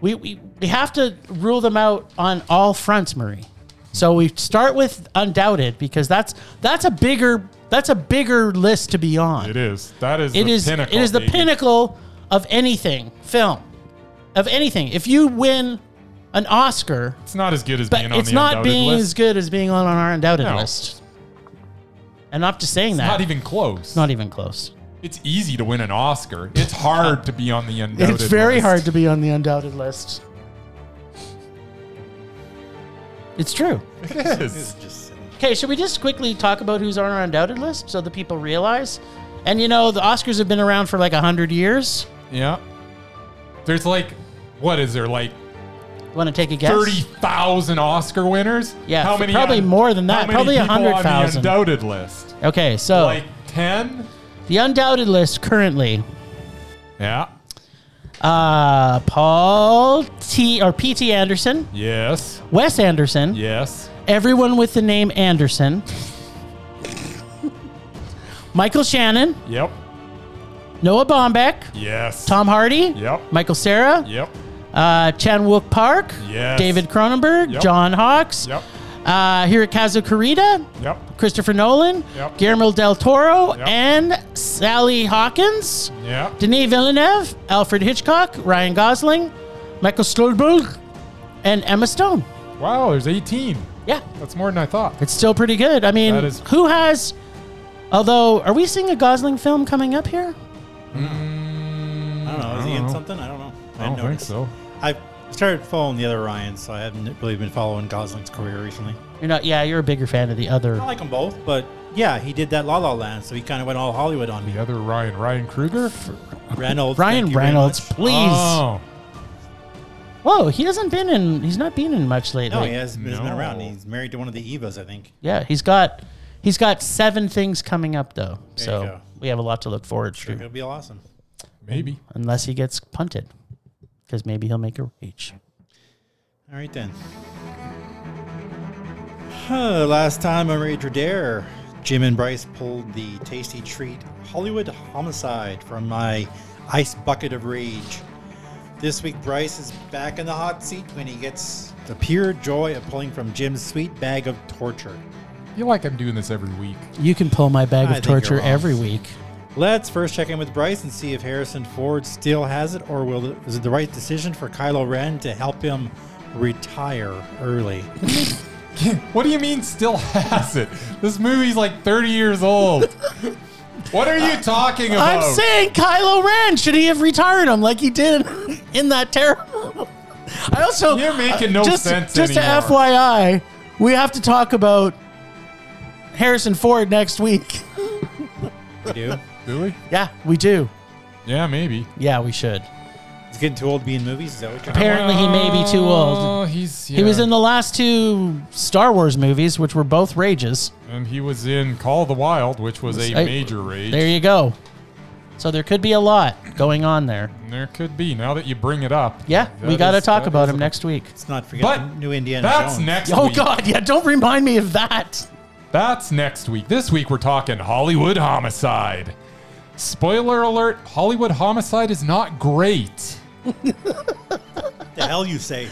Speaker 2: we, we we have to rule them out on all fronts, Murray. So we start with undoubted because that's that's a bigger that's a bigger list to be on.
Speaker 1: It is. That is.
Speaker 2: It
Speaker 1: the
Speaker 2: is
Speaker 1: Pinnacle,
Speaker 2: it is the
Speaker 1: baby.
Speaker 2: pinnacle of anything film, of anything. If you win an Oscar,
Speaker 1: It's not as good as
Speaker 2: but
Speaker 1: being on
Speaker 2: it's
Speaker 1: the
Speaker 2: not
Speaker 1: undoubted
Speaker 2: being
Speaker 1: list.
Speaker 2: as good as being on, on our undoubted
Speaker 1: No.
Speaker 2: list. And I'm just saying that.
Speaker 1: Not even close.
Speaker 2: Not even close.
Speaker 1: It's easy to win an Oscar. It's hard to be on the undoubted.
Speaker 2: it's very
Speaker 1: list.
Speaker 2: hard to be on the undoubted list. It's true.
Speaker 1: It
Speaker 3: This
Speaker 1: is.
Speaker 3: is just silly.
Speaker 2: Okay, should we just quickly talk about who's on our undoubted list so the people realize? And you know, the Oscars have been around for like 100 years.
Speaker 1: Yeah. There's like, what is there like
Speaker 2: Want to take a guess?
Speaker 1: thirty thousand Oscar winners?
Speaker 2: Yeah,
Speaker 1: How many?
Speaker 2: probably
Speaker 1: un-
Speaker 2: more than
Speaker 1: How
Speaker 2: that,
Speaker 1: many
Speaker 2: probably
Speaker 1: people on the
Speaker 2: 100,000.
Speaker 1: Undoubted list.
Speaker 2: Okay, so
Speaker 1: Like ten.
Speaker 2: the undoubted list currently
Speaker 1: Yeah.
Speaker 2: uh, Paul T or P.T. Anderson,
Speaker 1: Yes.
Speaker 2: Wes Anderson,
Speaker 1: Yes.
Speaker 2: everyone with the name Anderson. Michael Shannon,
Speaker 1: Yep.
Speaker 2: Noah Baumbach,
Speaker 1: Yes.
Speaker 2: Tom Hardy,
Speaker 1: Yep.
Speaker 2: Michael Sarah,
Speaker 1: Yep.
Speaker 2: uh, Chan Wook Park,
Speaker 1: Yes.
Speaker 2: David Cronenberg,
Speaker 1: Yep.
Speaker 2: John Hawks,
Speaker 1: Yep.
Speaker 2: uh, Hirokazu Kurita,
Speaker 1: Yep.
Speaker 2: Christopher Nolan,
Speaker 1: Yep.
Speaker 2: Guillermo del Toro,
Speaker 1: Yep.
Speaker 2: and Sally Hawkins,
Speaker 1: Yep.
Speaker 2: Denis Villeneuve, Alfred Hitchcock, Ryan Gosling, Michael Stolberg, and Emma Stone.
Speaker 1: Wow, there's 18.
Speaker 2: Yeah,
Speaker 1: That's more than I thought.
Speaker 2: it's still pretty good. I mean,
Speaker 1: That is-
Speaker 2: who has? Although, are we seeing a Gosling film coming up here?
Speaker 3: I don't know. Is he
Speaker 1: don't
Speaker 3: in
Speaker 1: know.
Speaker 3: something? I don't know.
Speaker 1: I don't
Speaker 3: hadn't
Speaker 1: think
Speaker 3: noticed.
Speaker 1: so.
Speaker 3: I started following the other Ryan, so I haven't really been following Gosling's career recently.
Speaker 2: You're not. Yeah, you're a bigger fan of the other.
Speaker 3: I like them both, but yeah, he did that La La Land, so he kind of went all Hollywood on me.
Speaker 1: The other Ryan, Ryan Kruger?
Speaker 3: Reynolds.
Speaker 2: Ryan
Speaker 3: thank you very
Speaker 2: Reynolds,
Speaker 3: much.
Speaker 2: please.
Speaker 1: Oh,
Speaker 2: Whoa, he hasn't been in. He's not been in much lately.
Speaker 3: No, he has he's been
Speaker 1: No.
Speaker 3: around. He's married to one of the Evas, I think.
Speaker 2: Yeah, he's got. He's got seven things coming up though, so
Speaker 3: go.
Speaker 2: we have a lot to look forward to.
Speaker 3: It'll be awesome.
Speaker 1: maybe.
Speaker 2: unless he gets punted, because maybe he'll make a reach.
Speaker 3: All right then. Huh, last time on Rage or Dare, Jim and Bryce pulled the tasty treat Hollywood Homicide from my ice bucket of rage. This week, Bryce is back in the hot seat when he gets the pure joy of pulling from Jim's sweet bag of torture.
Speaker 1: I feel like I'm doing this every week.
Speaker 2: You can pull my bag
Speaker 3: I
Speaker 2: of
Speaker 3: think you're
Speaker 2: torture
Speaker 3: wrong.
Speaker 2: every week.
Speaker 3: Let's first check in with Bryce and see if Harrison Ford still has it, or will it, is it the right decision for Kylo Ren to help him retire early?
Speaker 1: What do you mean still has it? This movie's like 30 years old. what are you talking about?
Speaker 2: I'm saying Kylo Ren should he have retired him like he did in that terrible? I also
Speaker 1: You're making no
Speaker 2: just,
Speaker 1: sense
Speaker 2: Just
Speaker 1: anymore.
Speaker 2: to FYI, we have to talk about Harrison Ford next week.
Speaker 3: You do?
Speaker 1: Do we?
Speaker 2: Yeah, we do.
Speaker 1: Yeah, maybe.
Speaker 2: Yeah, we should.
Speaker 3: He's getting too old to be in movies. Is that what you're
Speaker 2: Apparently, he may be too old.
Speaker 1: Oh, he's yeah.
Speaker 2: He was in the last two Star Wars movies, which were both rages.
Speaker 1: and he was in Call of the Wild, which was a
Speaker 2: I-
Speaker 1: major rage.
Speaker 2: There you go. So there could be a lot going on there.
Speaker 1: There could be. Now that you bring it up,
Speaker 2: Yeah, we
Speaker 1: That
Speaker 2: got to
Speaker 1: is-
Speaker 2: talk
Speaker 1: that
Speaker 2: about
Speaker 1: is
Speaker 2: him
Speaker 1: a-
Speaker 2: next week.
Speaker 3: Let's not forget
Speaker 1: But
Speaker 3: New Indiana
Speaker 1: that's
Speaker 3: Jones.
Speaker 1: next.
Speaker 2: Oh
Speaker 1: week.
Speaker 2: God, yeah! Don't remind me of that.
Speaker 1: That's next week. This week we're talking Hollywood homicide. Spoiler alert: Hollywood homicide is not great.
Speaker 3: the hell you say?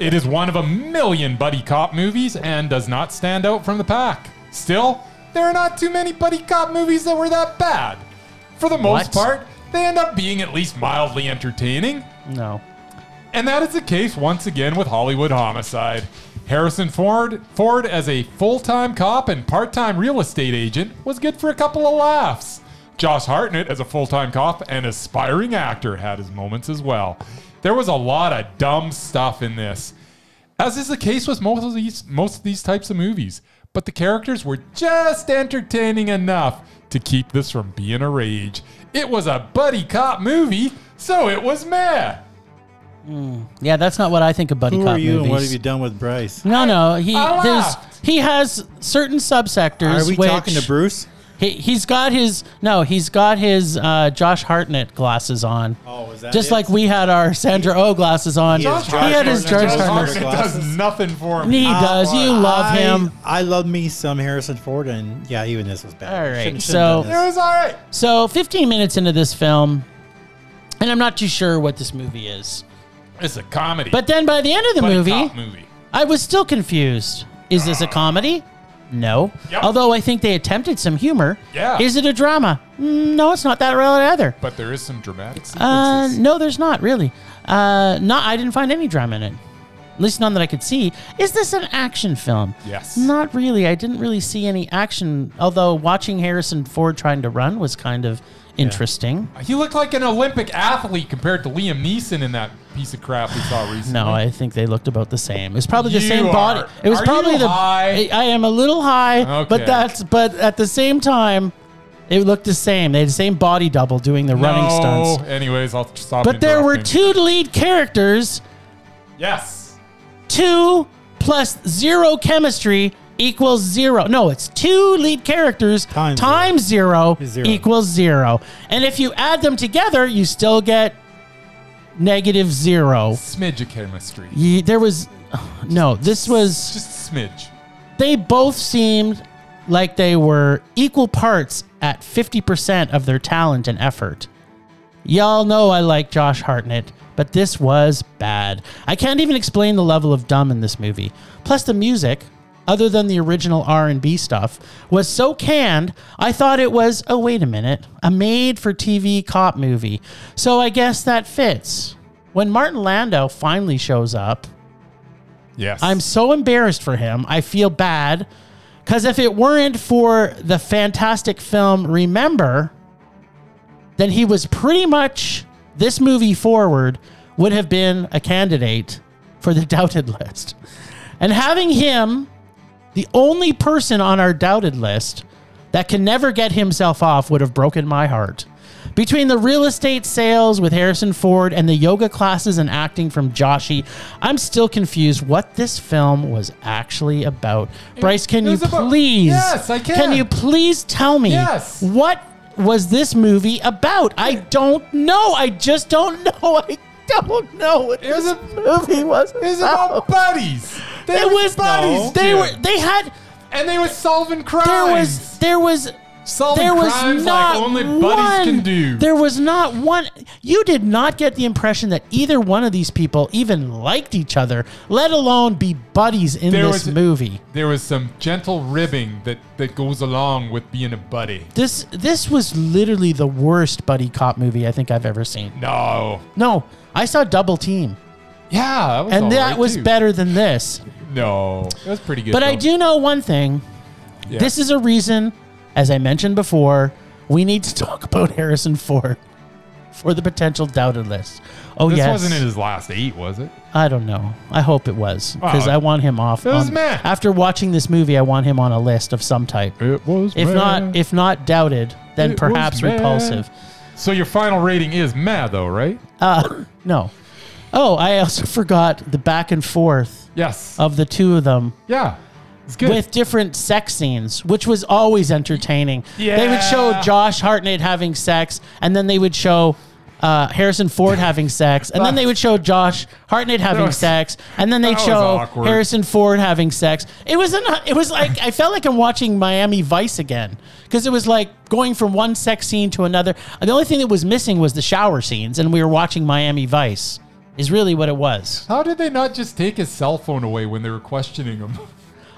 Speaker 1: It is one of a million buddy cop movies and does not stand out from the pack. Still, there are not too many buddy cop movies that were that bad. For the most
Speaker 2: What?
Speaker 1: part, they end up being at least mildly entertaining.
Speaker 2: No.
Speaker 1: And that is the case once again with Hollywood Homicide. Harrison Ford, Ford as a full-time cop and part-time real estate agent was good for a couple of laughs. Josh Hartnett as a full-time cop and aspiring actor had his moments as well. There was a lot of dumb stuff in this. As is the case with most of these most of these types of movies, but the characters were just entertaining enough to keep this from being a rage. It was a buddy cop movie, so it was meh.
Speaker 2: Yeah, that's not what I think of buddy
Speaker 3: Who
Speaker 2: cop
Speaker 3: are you and what have
Speaker 2: movies.
Speaker 3: you done with Bryce?
Speaker 2: no, no. He
Speaker 1: I
Speaker 2: there's
Speaker 1: laughed.
Speaker 2: he has certain subsectors.
Speaker 3: Are we
Speaker 2: which
Speaker 3: talking to Bruce?
Speaker 2: He, he's got his no. He's got his uh, Josh Hartnett glasses on.
Speaker 3: Oh, is that
Speaker 2: Just
Speaker 3: it?
Speaker 2: like we had our Sandra O oh glasses on. He,
Speaker 3: He is Josh
Speaker 2: had his
Speaker 3: Hartnett.
Speaker 2: Josh
Speaker 3: Josh
Speaker 2: Hartnett.
Speaker 3: Hartnett.
Speaker 1: does
Speaker 3: glasses.
Speaker 1: nothing for
Speaker 2: He
Speaker 1: me.
Speaker 2: does. You love
Speaker 3: I-
Speaker 2: him.
Speaker 3: I love me some Harrison Ford, and yeah, even this was bad.
Speaker 2: All right,
Speaker 3: Shouldn't- shouldn't
Speaker 2: so-
Speaker 3: have
Speaker 1: It
Speaker 3: done this.
Speaker 1: was all right.
Speaker 2: So 15 minutes into this film, and I'm not too sure what this movie is.
Speaker 1: It's a comedy.
Speaker 2: But then by the end of the
Speaker 1: Buddy
Speaker 2: movie,
Speaker 1: cop movie.
Speaker 2: I was still confused. Is this a comedy? No.
Speaker 1: Ah. Yep.
Speaker 2: Although I think they attempted some humor.
Speaker 1: Yeah.
Speaker 2: Is it a drama? Mm, No, it's not that real either.
Speaker 1: But there is some dramatic sequences.
Speaker 2: Uh, no, there's not really. Uh, not. I didn't find any drama in it. At least none that I could see. Is this an action film?
Speaker 1: Yes.
Speaker 2: Not really. I didn't really see any action. Although watching Harrison Ford trying to run was kind of interesting.
Speaker 1: He looked like an Olympic athlete compared to Liam Neeson in that piece of crap we saw recently.
Speaker 2: No, I think they looked about the same. It was probably the
Speaker 1: You
Speaker 2: same body.
Speaker 1: are-
Speaker 2: It was
Speaker 1: are
Speaker 2: probably
Speaker 1: you
Speaker 2: the.
Speaker 1: high?
Speaker 2: I, I am a little high,
Speaker 1: Okay.
Speaker 2: but that's but at the same time, it looked the same. They had the same body double doing the running
Speaker 1: No.
Speaker 2: stunts.
Speaker 1: Anyways, I'll stop.
Speaker 2: But there were
Speaker 1: interrupting.
Speaker 2: two lead characters,
Speaker 1: Yes.
Speaker 2: two plus zero chemistry equals zero. No, it's two lead characters
Speaker 3: Times
Speaker 2: times zero,
Speaker 3: Is zero.
Speaker 2: equals zero. And if you add them together, you still get negative zero.
Speaker 1: Smidge of chemistry.
Speaker 2: Ye- There was no. This was
Speaker 1: Just smidge.
Speaker 2: they both seemed like they were equal parts at 50% of their talent and effort. Y'all know I like Josh Hartnett, but this was bad. I can't even explain the level of dumb in this movie. Plus the music, other than the original R&B stuff, was so canned, I thought it was, oh wait a minute, a made-for-TV cop movie. So I guess that fits. When Martin Landau finally shows up,
Speaker 1: Yes.
Speaker 2: I'm so embarrassed for him. I feel bad. Because if it weren't for the fantastic film Remember, then he was pretty much this movie forward would have been a candidate for the doubted list. And having him, the only person on our doubted list that can never get himself off, would have broken my heart. Between the real estate sales with Harrison Ford and the yoga classes and acting from Joshi, I'm still confused what this film was actually about. Bryce, can
Speaker 1: it
Speaker 2: you
Speaker 1: was about-
Speaker 2: please?
Speaker 1: Yes, I can.
Speaker 2: Can you please tell me
Speaker 1: Yes.
Speaker 2: what was this movie about? I don't know. I just don't know. I don't know what
Speaker 1: It was
Speaker 2: this
Speaker 1: a-
Speaker 2: movie was.
Speaker 1: It was
Speaker 2: about.
Speaker 1: about buddies. They
Speaker 2: Oh. It
Speaker 1: was,
Speaker 2: was
Speaker 1: buddies.
Speaker 2: They
Speaker 1: Jim.
Speaker 2: were. They had.
Speaker 1: and they were solving crimes.
Speaker 2: There was. There was.
Speaker 1: solving
Speaker 2: There
Speaker 1: crimes
Speaker 2: was not
Speaker 1: like only buddies
Speaker 2: one,
Speaker 1: can do.
Speaker 2: There was not one. You did not get the impression that either one of these people even liked each other, let alone be buddies in
Speaker 1: There
Speaker 2: this
Speaker 1: was-
Speaker 2: movie.
Speaker 1: There was some gentle ribbing that that goes along with being a buddy.
Speaker 2: This this was literally the worst buddy cop movie I think I've ever seen.
Speaker 1: No.
Speaker 2: No, I saw Double Team,
Speaker 1: Yeah, that was
Speaker 2: and
Speaker 1: all
Speaker 2: that
Speaker 1: right,
Speaker 2: was
Speaker 1: too.
Speaker 2: better than this.
Speaker 1: No, it was pretty good.
Speaker 2: But I
Speaker 1: though.
Speaker 2: do know one thing.
Speaker 1: Yeah.
Speaker 2: This is a reason, as I mentioned before, we need to talk about Harrison Ford for the potential doubted list. Oh
Speaker 1: This
Speaker 2: yes,
Speaker 1: wasn't in his last eight, was it?
Speaker 2: I don't know. I hope it was because
Speaker 1: Wow.
Speaker 2: I want him off.
Speaker 1: It was
Speaker 2: on-
Speaker 1: meh.
Speaker 2: after watching this movie, I want him on a list of some type.
Speaker 1: It was.
Speaker 2: If not, if not doubted, then
Speaker 1: It was
Speaker 2: perhaps
Speaker 1: meh.
Speaker 2: repulsive.
Speaker 1: so, your final rating is mad though, right?
Speaker 2: Uh, no. Oh, I also forgot the back and forth
Speaker 1: Yes.
Speaker 2: of the two of them
Speaker 1: yeah. It's good.
Speaker 2: Uh, with different sex scenes, which was always entertaining. They would show
Speaker 1: Yeah.
Speaker 2: Josh Hartnett having sex, and then they would show uh, Harrison Ford having sex, and then they would show Josh Hartnett having
Speaker 1: was-
Speaker 2: sex, and then
Speaker 1: that
Speaker 2: they'd
Speaker 1: was
Speaker 2: show
Speaker 1: awkward.
Speaker 2: Harrison Ford having sex. It was an, it was like I felt like I'm watching Miami Vice again because it was like going from one sex scene to another. The only thing that was missing was the shower scenes, and we were watching Miami Vice. Is really what it was.
Speaker 1: How did they not just take his cell phone away when they were questioning him?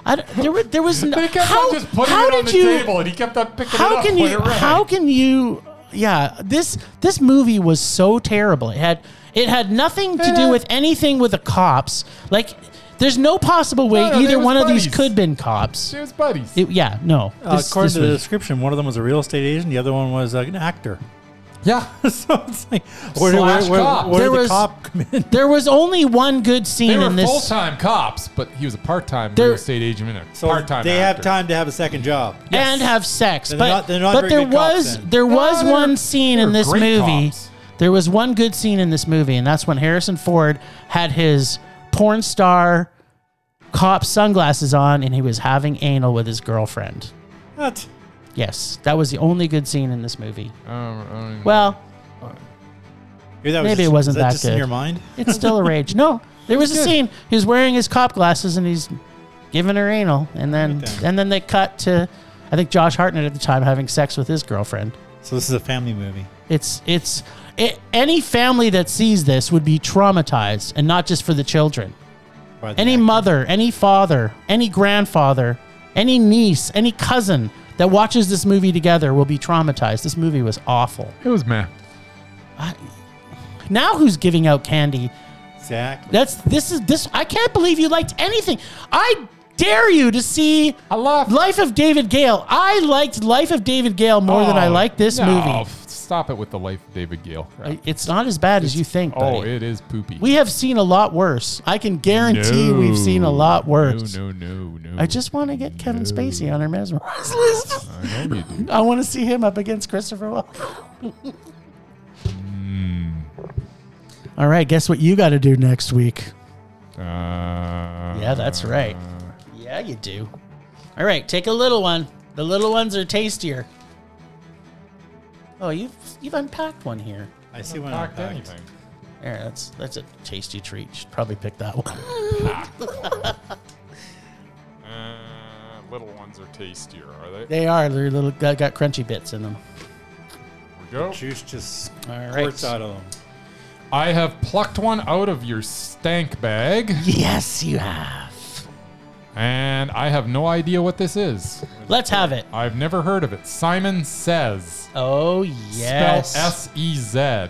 Speaker 2: I, don't- there, were, there was no,
Speaker 1: they kept
Speaker 2: how,
Speaker 1: on just putting
Speaker 2: how
Speaker 1: it on
Speaker 2: did
Speaker 1: the
Speaker 2: you,
Speaker 1: table, and he kept on picking it
Speaker 2: how
Speaker 1: up.
Speaker 2: can
Speaker 1: when
Speaker 2: you
Speaker 1: it rang.
Speaker 2: how can you yeah this this movie was so terrible it had it had nothing to
Speaker 1: Eh.
Speaker 2: do with anything with the cops like there's no possible way
Speaker 1: No, no, they
Speaker 2: either
Speaker 1: was
Speaker 2: one of these
Speaker 1: buddies.
Speaker 2: could been cops
Speaker 1: She was buddies.
Speaker 2: It- yeah no
Speaker 3: Uh,
Speaker 2: this-
Speaker 3: according
Speaker 2: this
Speaker 3: to the
Speaker 2: was-
Speaker 3: description, one of them was a real estate agent, the other one was uh, an actor.
Speaker 1: yeah.
Speaker 3: so it's like, where, do-
Speaker 1: Slash
Speaker 3: where, where,
Speaker 1: cop.
Speaker 3: where
Speaker 2: There
Speaker 3: did the
Speaker 2: was-
Speaker 3: cop come in?
Speaker 2: there was only one good
Speaker 1: They
Speaker 2: scene
Speaker 1: were
Speaker 2: in this
Speaker 1: full time cops, but he was a part time
Speaker 2: They're-
Speaker 1: real estate agent and a
Speaker 3: So
Speaker 1: part time.
Speaker 3: they have time to have a second job.
Speaker 2: and have sex.
Speaker 3: They're
Speaker 2: but
Speaker 3: not- they're not
Speaker 2: but
Speaker 3: very
Speaker 2: there
Speaker 3: good cops,
Speaker 2: was
Speaker 3: then.
Speaker 2: there was
Speaker 1: they're-
Speaker 2: one scene
Speaker 1: they're
Speaker 2: in this
Speaker 1: great
Speaker 2: movie.
Speaker 1: cops.
Speaker 2: There was one good scene in this movie, and that's when Harrison Ford had his porn star cop sunglasses on, and he was having anal with his girlfriend.
Speaker 3: What?
Speaker 2: Yes, that was the only good scene in this movie.
Speaker 1: Um,
Speaker 2: Well,
Speaker 3: Maybe, that was
Speaker 2: Maybe
Speaker 3: just-
Speaker 2: it wasn't
Speaker 3: was that,
Speaker 2: that
Speaker 3: just
Speaker 2: good.
Speaker 3: in your mind.
Speaker 2: it's still a rage. No, there was a scene. He was wearing his cop glasses, and he's giving her anal, and then
Speaker 3: Okay.
Speaker 2: and then they cut to, I think Josh Hartnett at the time having sex with his girlfriend.
Speaker 3: So this is a family movie.
Speaker 2: It's it's it, any family that sees this would be traumatized, and not just for the children.
Speaker 3: By the
Speaker 2: Any
Speaker 3: actor.
Speaker 2: mother, any father, any grandfather, any niece, any cousin that watches this movie together will be traumatized. This movie was awful.
Speaker 1: it was man.
Speaker 2: Now who's giving out candy?
Speaker 3: Zach.
Speaker 2: That's this is this. I can't believe you liked anything. I dare you to see
Speaker 1: I love
Speaker 2: Life of David Gale. I liked Life of David Gale more than
Speaker 1: Oh,
Speaker 2: I liked this movie.
Speaker 1: Stop it with the life of David Gale.
Speaker 2: I- It's not as bad as you think.
Speaker 1: Oh,
Speaker 2: buddy.
Speaker 1: it is poopy.
Speaker 2: We have seen a lot worse. I can guarantee we've seen a lot worse.
Speaker 1: No, no, no, no.
Speaker 2: I just want to get Kevin Spacey on our mesmerized list.
Speaker 1: I know you do.
Speaker 2: I want to see him up against Christopher Walken.
Speaker 1: Hmm.
Speaker 2: All right, guess what you got to do next week?
Speaker 1: Uh,
Speaker 2: Yeah, that's right. Yeah, you do. All right, take a little one. The little ones are tastier. Oh, you've you've unpacked one here.
Speaker 3: I see one.
Speaker 1: Packed
Speaker 3: unpacked.
Speaker 1: anything.
Speaker 2: There, that's that's a tasty treat. Should probably pick that one.
Speaker 1: Uh, little ones are tastier, are they?
Speaker 2: They are. They're little got, got crunchy bits in them.
Speaker 1: Here we go.
Speaker 3: Juice just
Speaker 2: All
Speaker 3: squirts
Speaker 2: right.
Speaker 3: out of them.
Speaker 1: I have plucked one out of your stank bag,
Speaker 2: Yes, you have.
Speaker 1: and I have no idea what this is.
Speaker 2: Let's have it.
Speaker 1: I've never heard of it. Simon Says.
Speaker 2: Oh yes.
Speaker 1: Spell S E Z.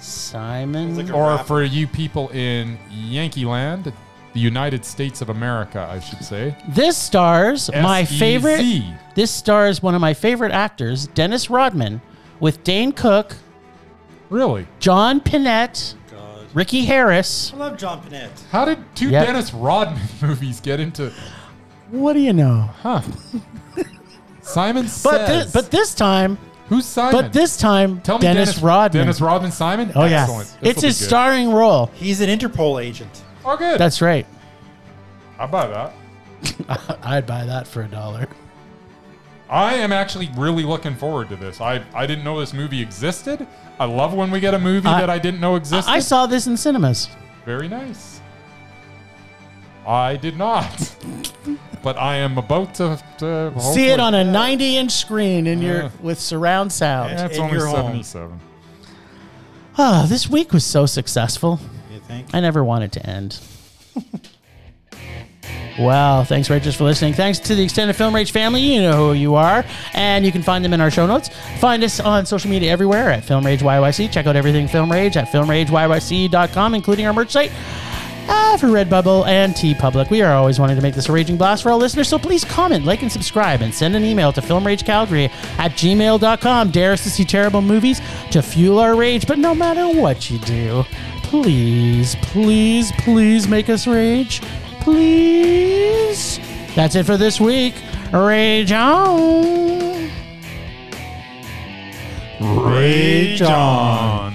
Speaker 2: Simon.
Speaker 3: It's like a-
Speaker 1: Or
Speaker 3: Rapper.
Speaker 1: for you people in Yankee land, the United States of America, I should say.
Speaker 2: This stars my
Speaker 1: S E Z.
Speaker 2: favorite. This stars one of my favorite actors, Dennis Rodman, with Dane Cook,
Speaker 1: Really?
Speaker 2: John Pinette,
Speaker 3: God.
Speaker 2: Ricky Harris.
Speaker 3: I love John Panette.
Speaker 1: How did two
Speaker 2: Yep.
Speaker 1: Dennis Rodman movies get into.
Speaker 2: What do you know?
Speaker 1: Huh. Simon
Speaker 2: But
Speaker 1: Says.
Speaker 2: this, but this time,
Speaker 1: Who's Simon?
Speaker 2: but this time,
Speaker 1: Tell me
Speaker 2: Dennis, Rodman.
Speaker 1: Dennis Rodman Simon?
Speaker 2: oh yeah,
Speaker 1: Excellent. This
Speaker 2: it's
Speaker 1: will be
Speaker 2: his
Speaker 1: good.
Speaker 2: starring role.
Speaker 3: He's an Interpol agent.
Speaker 1: Oh, good.
Speaker 2: That's right.
Speaker 1: I buy that.
Speaker 2: I'd buy that for a dollar.
Speaker 1: I am actually really looking forward to this. I, I didn't know this movie existed. I love when we get a movie
Speaker 2: I-
Speaker 1: that I didn't know existed.
Speaker 2: I saw this in cinemas.
Speaker 1: Very nice. I did not. but I am about to, to
Speaker 2: See
Speaker 1: hopefully-
Speaker 2: it on a 90-inch screen in your
Speaker 1: Oh, Yeah.
Speaker 2: with surround sound.
Speaker 1: Yeah, it's
Speaker 3: in
Speaker 1: only
Speaker 3: your home.
Speaker 1: 77.
Speaker 2: Ah, this week was so successful.
Speaker 3: You think?
Speaker 2: I never want it to end. Wow, thanks, Ragers, for listening. Thanks to the extended Film Rage family. You know who you are. And you can find them in our show notes. Find us on social media everywhere at Film Rage YYC. Check out everything Film Rage at filmrageyyc.com, including our merch site uh, for Redbubble and T Public. We are always wanting to make this a raging blast for all listeners, so please comment, like, and subscribe, and send an email to filmragecalgary at gmail.com. Dare us to see terrible movies to fuel our rage, but no matter what you do, please, please, please make us rage. Please. That's it for this week. Rage on.
Speaker 1: Ray John.